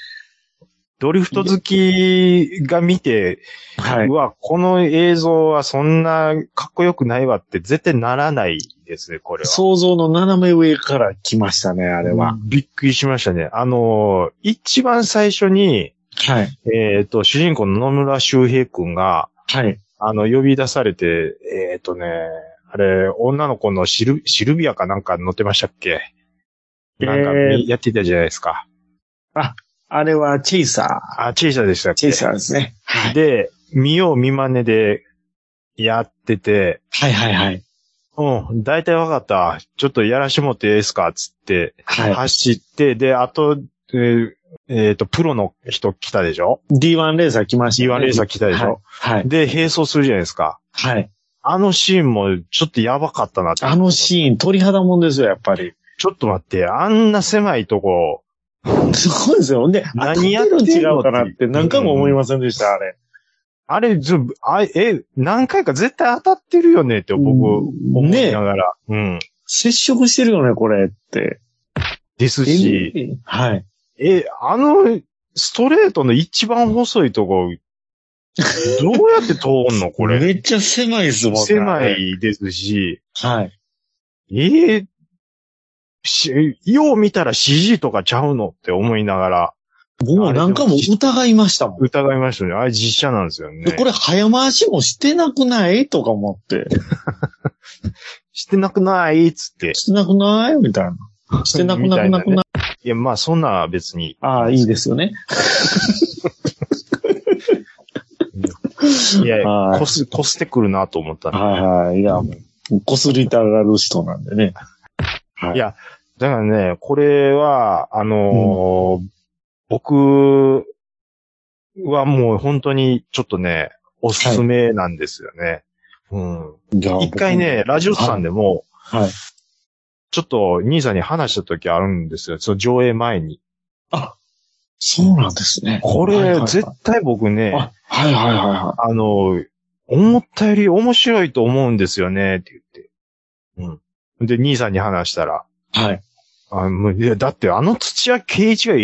ドリフト好きが見て、。はいうわ、この映像はそんなかっこよくないわって絶対ならないですね、これは。想像の斜め上から来ましたね、あれは。びっくりしましたね。あのー一番最初に、はい。えっ、と、主人公の野村周平くんが、はい。あの、呼び出されて、えっ、とね、あれ、女の子のシルシルビアかなんか乗ってましたっけなんか、えーやってたじゃないですか。あれはチェイサあ、チェイサーでしたっー。けチェイサーですね。はい。で、見よう見真似でやってて、はいはいはい。うん、大体わかった。ちょっとやらしてもらっていいですかつって、は走って、で、あと、えーえーと、プロの人来たでしょい。D1 レーサー来ましたね。 ?G1 レーサー来たでしょ、はい。で、並走するじゃないですか。はい。あのシーンもちょっとやばかったなってあのシーン、鳥肌もんですよ、やっぱり。ちょっと待って、あんな狭いとこ、そうですよ。で、あ何やってんの撮る違うかなって何回も思いませんでした、あれ。あれ、ずあえ、何回か絶対当たってるよねって僕、思いねながら。うん。接触してるよね、これって。ですし、はい。え、あの、ストレートの一番細いと こ、どうやって通んのこれ。めっちゃ狭いですもんね。狭。いですし、はい。えーし、よう見たら CG とかちゃうのって思いながら僕も何回も疑いましたもん。疑いましたね。あれ実写なんですよねで。これ早回しもしてなくないとか思って。してなくないっつって。してなくないみたいな。してなくなくなみくたいない。いや、まあそんな別に。ああ、いいですよね。いや、はいこす、こすってくるなと思ったんではいはい。いや、もう、こすりたがる人なんでね。はいやだからね、これは、あのー僕はもう本当にちょっとね、おすすめなんですよね。いやうん。一回ね、ラジオさんでも、はいはいちょっと兄さんに話した時あるんですよ。その上映前に。そうなんですね。こはいはいれは、い絶対僕ね、あ、はいはいはいはあの、思ったより面白いと思うんですよね、って言って。うん。で、兄さんに話したら、い。はい。あもういやだってあの土屋圭一がえ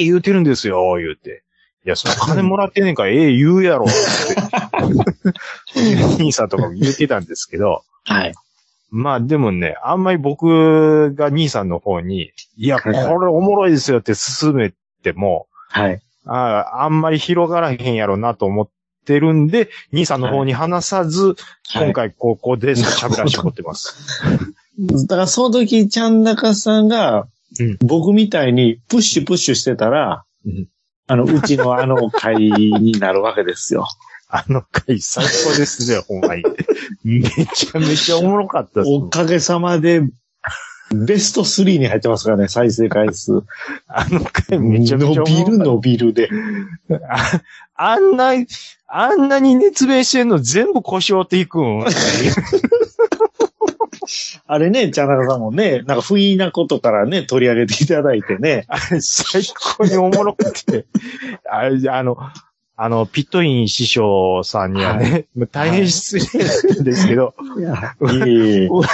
え言うてるんですよ、言うて。いや、その金もらってねえからええ言うやろ、 って。兄さんとかも言ってたんですけど、はい。まあでもね、あんまり僕が兄さんの方に、いや、こはいれはいおもろいですよって進めても、はい。ああんまり広がらへんやろなと思ってるんで、兄さんの方に話さず、はい今回ここで喋らせてもらってます。だからその時、ちゃん中さんがうん、僕みたいにプッシュプッシュしてたら、うんあの、うちのあの会になるわけで すよ。あの回最高です ね、ほんまに。めちゃめちゃおもろかったです。おかげさまで、ベスト3に入ってますからね、再生回数。あの回めちゃめちゃ伸おもろかびったる伸びるで。ああんな、あんなに熱弁してんの全部腰折っていくん。あれね、ちゃん中さんもね、なんか不意なことからね、取り上げていただいてね。最高におもろくて。あれあの、あの、ピットイン師匠さんにはね、大変失礼なんですけど、いえいえこ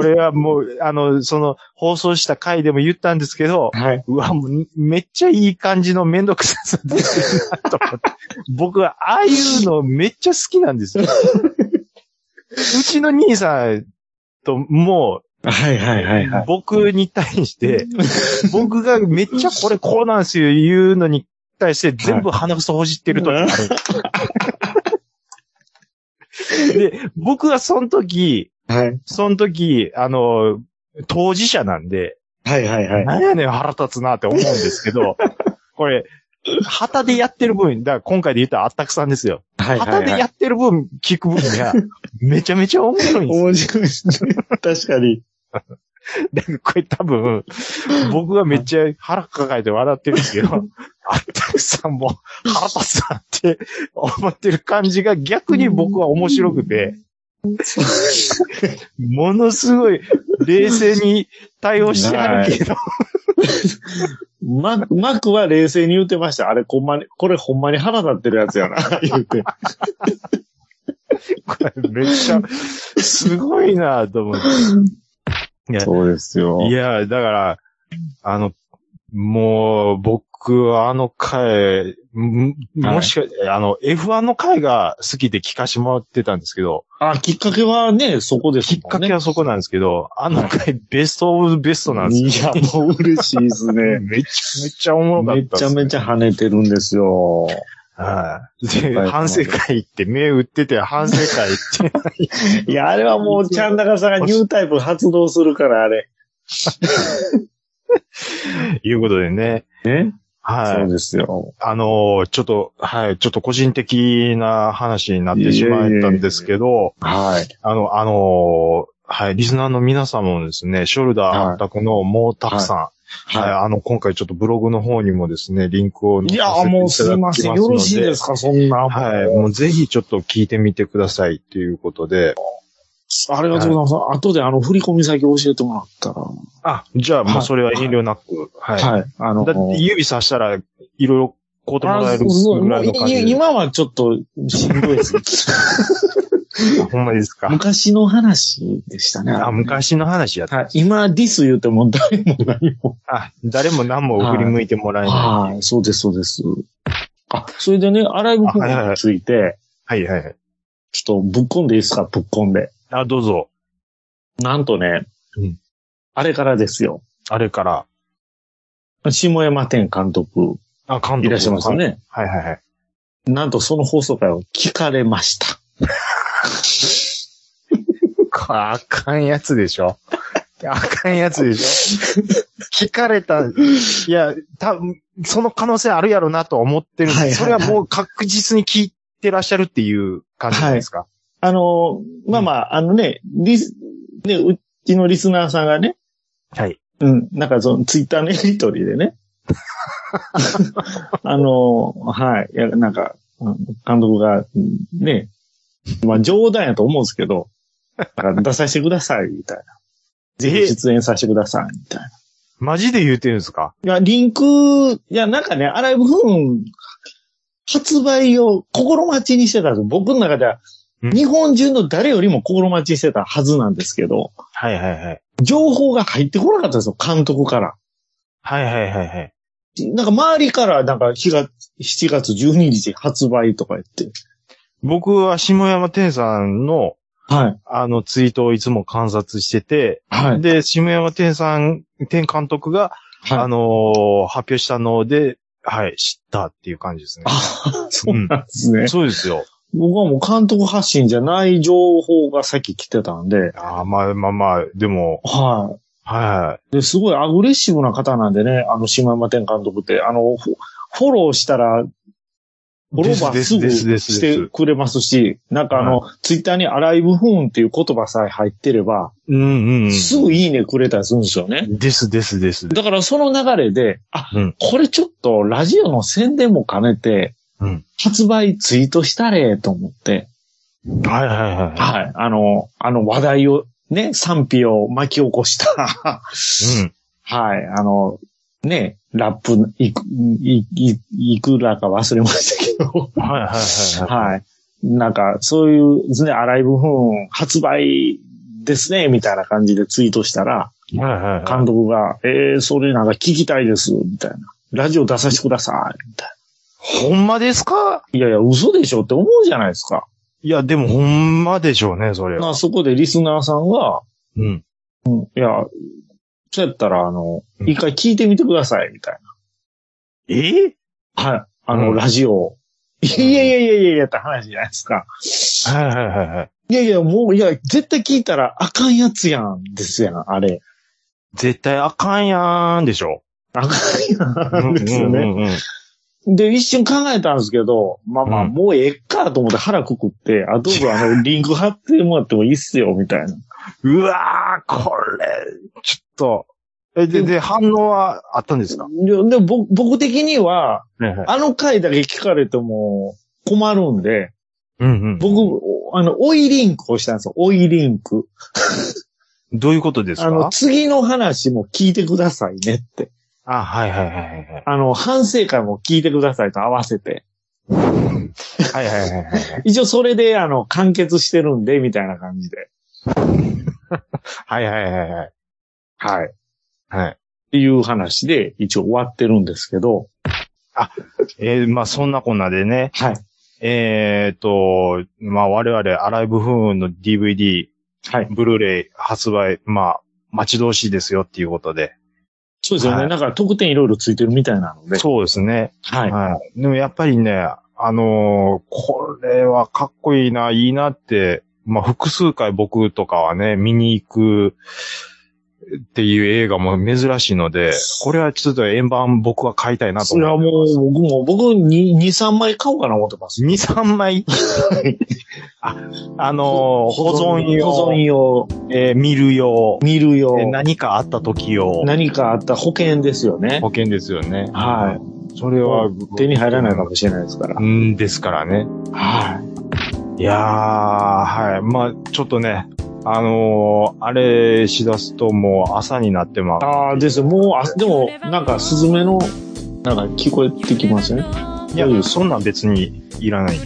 れはもう、あの、その、放送した回でも言ったんですけど、はい。うわ、もう、めっちゃいい感じのめんどくささ出てるなと思って。僕は、ああいうのめっちゃ好きなんですよ。うちの兄さんと、もはいはいはいうはい。、僕に対して、僕がめっちゃこれこうなんですよ、言うのに対して、全部鼻くそほじってるときある。で、僕はその時、はい。その時、あの、当事者なんで、はいは いはい。なんやねん腹立つなって思うんですけ ど、これ、旗でやってる分、だから今回で言ったらあったくさんですよ。はいは旗いではやい。ってる分、聞く分が、めちゃめちゃ面白いんです よ面白いですね。確かに。。だからこれ多分、僕がめっちゃ腹抱えて笑ってるんですけど、あったくさんも腹立つなって思ってる感じが逆に僕は面白くて、 ものすごい冷静に対応してあるけど、ママックは冷静に言ってました。あれ、ほんまに、これほんまに腹立ってるやつやな、 言うて。これめっちゃ、すごいなと思って。そうですよいや、だから、あの、もう、僕はあの回、んもしか、あの、F1 の回が好きで聞かしてもらってたんですけど、あ、きっかけはね、そこですきっもかんね。けはそこなんですけど、あの回ベストオブベストなんですよ。いや、もう嬉しいです ね。めちゃめちゃおもろかっためっちすゃね、めちゃ跳ねてるんですよ。はい。で、反省会行って、目打ってて、反省会行って。いや、あれはもう、ちゃん中さんがニュータイプ発動するから、あれ。いうことでね。ね、はそうい。ですよ。あのーちょっと、はい、ちょっと個人的な話になってしまったんですけど、はい。あの、あのーはい、リスナーの皆様もですね、ショルダーあったこのもうたくさん、はい、はあの、今回ちょっとブログの方にもですね、リンクをい。いや載せ、てもうすいません。よろしいですすか、そんな。のではい、もうぜひちょっと聞いてみてくださいということで、ありがとうございます。後で、あの、振り込み先教えてもらったら。あ、じゃあもうそれは遠慮なく、はい。はい。あの、だって指さしたらいろいろ買うてもらえるあそうぐらいの感じいで。今はちょっとしんどいです。ほんまですか。昔の話でしたね。あ、昔の話やった。はい。今、ディス言うても誰も何も。あ、誰も何も振り向いてもらえなはい。そうです、そうです。あ、それでね、アライブフォームについて、い。はいはいはい。ちょっとぶっこんでいいですか、ぶっこんで。あ、どうぞ。なんとね、うんあれからですよ。あれから。下山天監督あ、監督。いらっしゃいますよ。ね。はいはいはい。なんとその放送回を聞かれました。か あかんやつでし ょ。あかんやつでしょ。聞かれた、いや、たその可能性あるやろなと思ってるんです、はいはいそれはもう確実に聞いてらっしゃるっていう感じなんですか、あの、まあまあ、あのね、リス、ね、うちのリスナーさんがね、はい。うん。なんかそのツイッターのやりとり でね。あの、はい。いや、なんか、うん監督が、うんね、まあ冗談やと思うんですけど、なんか出させてください、みたいな。ぜひ出演させてください、みたいな。マジで言うてるんですかいや、リンク、いや、なんかね、アライブフーン、発売を心待ちにしてたんです僕の中では、うん日本中の誰よりも心待ちにしてたはずなんですけど、はいはいはい。情報が入ってこなかったんですよ、監督から。はいはいはいはい。なんか周りから、なんか日が、7月12日発売とか言って。僕は下山天さんの、はい。あの、ツイートをいつも観察してて、はい。で、下山天さん、天監督が、はいあのー発表したので、はい、知ったっていう感じですね。あ、 そうなんですね。そうですよ。僕はもう監督発信じゃない情報がさっき来てたんで、あーまあまあまあ、でも、はい。はで、すごいアグレッシブな方なんでね、あの、島山天監督って、あの、フォフォローしたら、フォローバーですすでぐすですしですてくれますし、なんかあの、ツイッターにアライブフーンっていう言葉さえ入ってれば、い。うんうんうん。すぐいいねくれたりするんですよね。ですですです。だからその流れで、あ、うんこれちょっとラジオの宣伝も兼ねて、うん発売ツイートしたれと思って、はいはいははい、あの、あの話題を、ね、賛否を巻き起こした、 い。うん。はい、あの、ね、ラップ、いく、い、い、いくらか忘れましたけど、はいはい はいははい。なんか、そういうですね、アライブフーン発売ですね、みたいな感じでツイートしたら、い。はいはいは監督が、えー、それなんか聞きたいです、みたいな。ラジオ出させてください、みたいい。ほんまですかな。いやいや、嘘でしょって思うじゃないですか。いや、でもほんまでしょうね、それまは。あ、そこでリスナーさんが、うん。いや、そうやったら、あの、うん一回聞いてみてください、みたいえな。はい。あの、うんラジオを。いやいやいやいやいやいやって話じゃないですか。はいはいはいはい。いやいや、もう、いや、絶対聞いたらあかんやつやん、ですやん、あれ。絶対あかんやーんでしょ。あかんやん、ですようね。んうんうんうんで、一瞬考えたんですけど、まあまあ、うんもうええかと思って腹くくって、あ、どうぞあの、リンク貼ってもらってもいいっすよ、みたいな。うわー、これ、ちょっと。え、で、で、反応はあったんですかいやでも僕、僕的には、はいはい。あの回だけ聞かれても困るんで、うんうん。僕、おあの、追いリンクをしたんですよ。追いリンク。どういうことですあかの、次の話も聞いてくださいねって。あ、はいはいはいはいはい。あの、反省会も聞いてくださいと合わせて。はいはいはいはい。一応それで、あの、完結してるんで、みたいな感じで。はいはいはいはい。はい。っはい。ていう話で、一応終わってるんですけど。えーまあそんなこんなでね、はい。えーっと、まあ我々、アライブフーンの DVD、はい。ブルーレイ発売、まあ、待ち遠しいですよっていうことで。そうですよね。はいなんか特典いろいろついてるみたいなので。そうですね。はい。はい。でもやっぱりね、あのーこれはかっこいいな、いいなって、まあ複数回僕とかはね、見に行くっていう映画も珍しいので、これはちょっと円盤僕は買いたいなとそれは思もってう、ま僕も、僕に、2、3枚買おうかな思ってますす。。2、3枚。 あ、あのー保存用、保存用。えー見る用、見る用え。ー何かあった時用、何かあった保険ですよね。保険ですよね。。はいそれは、い。手に入らないかもしれないですから。うんですからね。はい。いやー、はい。まあ、ちょっとね、あのーあれしだすともう朝になってまああ、ですよ。もう、あ、でも、なんか、スズメの、なんか、聞こえてきませんす。いや大丈夫で、すそんなん別にいらない。い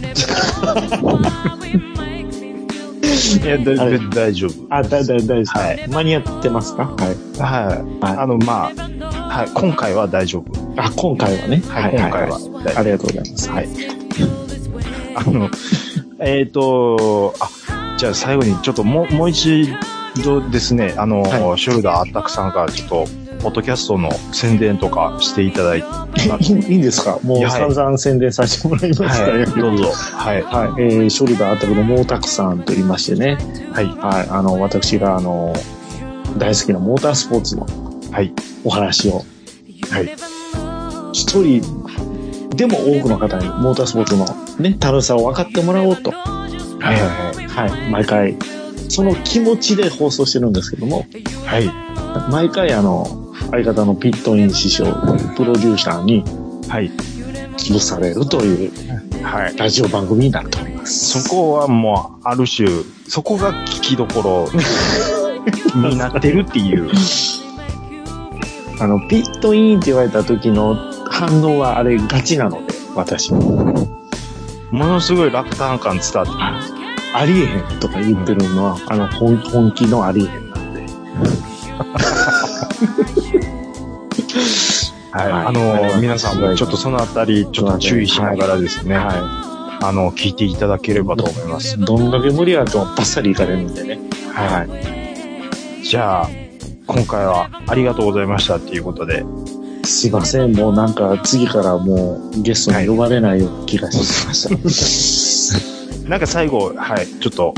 や、だはいだ大丈夫。あ、だ、だ、大丈夫です。は間に合ってますかはい。はい。あの、まあ、はい。今回は大丈夫。あ、今回はね。はい、今回は大丈ありがとうございます。夫。はい。あの、 えっ、と、あ、じゃあ最後にちょっともう、もう一度ですね、あの、はショルダーあったくさんからちょっと、ポッドキャストの宣伝とかしていただいて、いいいいんですかもいうやは散い々宣伝させてもらいましたよ。どうぞ。はい。はい、えー、ショルダーあったけど、毛沢さんと言いましてね、はい。はい、あの、私が、あの、大好きなモータースポーツのはい。お話を、はい。一人でも多くの方にモータースポーツのね、楽しさを分かってもらおうと、はいはいはい、毎回、その気持ちで放送してるんですけども、はい。毎回、あの、相方のピットイン師匠、プロデューサーにはい。潰されるというはい。はい。ラジオ番組になっております。そこはもう、ある種、そこが聞きどころになってるっていう。あの、ピットインって言われた時の反応はあれガチなので、私も。ものすごい落胆感伝わってきありえへんとか言ってるのは、あの、本本気のありえへんなんで。ます。はい。はいあありがとうございの、ます皆さんもちょっとそのあたり、ちょっと注意しながらですね。はあの、聞いていただければと思います。どんだけ無理あってもバッサリいかれるんでね。はい。じゃあ、今回はありがとうございましたっていうことで、すいません、もうなんか次からもうゲストに呼ばれないような気がしました。なんか最後、はい、ちょっと、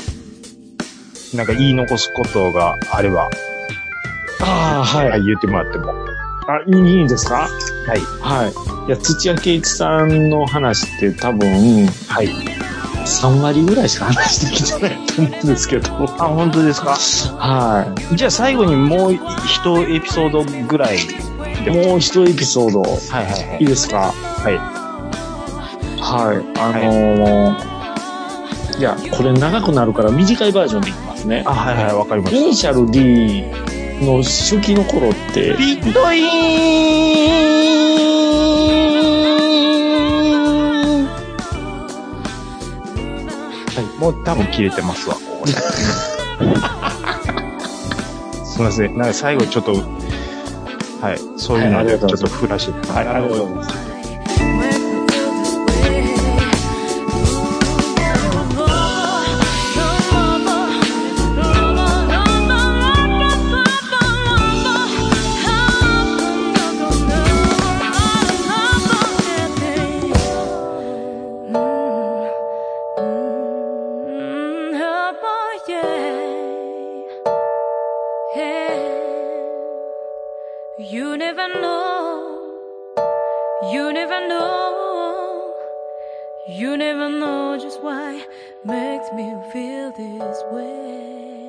なんか言い残すことがあれば、 ああ、はい。はい、言ってもらっても。あ、いいいいんですかはい。はい。いや、土屋圭一さんの話って多分、はい。 3割ぐらいしか話できてないと思うんですけど。あ、本当ですかはじゃあ最後にもう一エピソードぐらい。い。もう一エピソード、はいはいはいいですはかい。はい。あのーいや、これ長くなるから短いバージョンでいきますね。あ、はいはい、わかりまイしニシャル D の初期の頃ってた。、ビットイーンはい、もう多分切れてます わ、ここすいません、なんか最後ちょっと、はい、そういうはのいありでがちとょうっござとふらいますしてた。はい、ありがとうございます。 You never know, you never know. You never know just why makes me feel this way.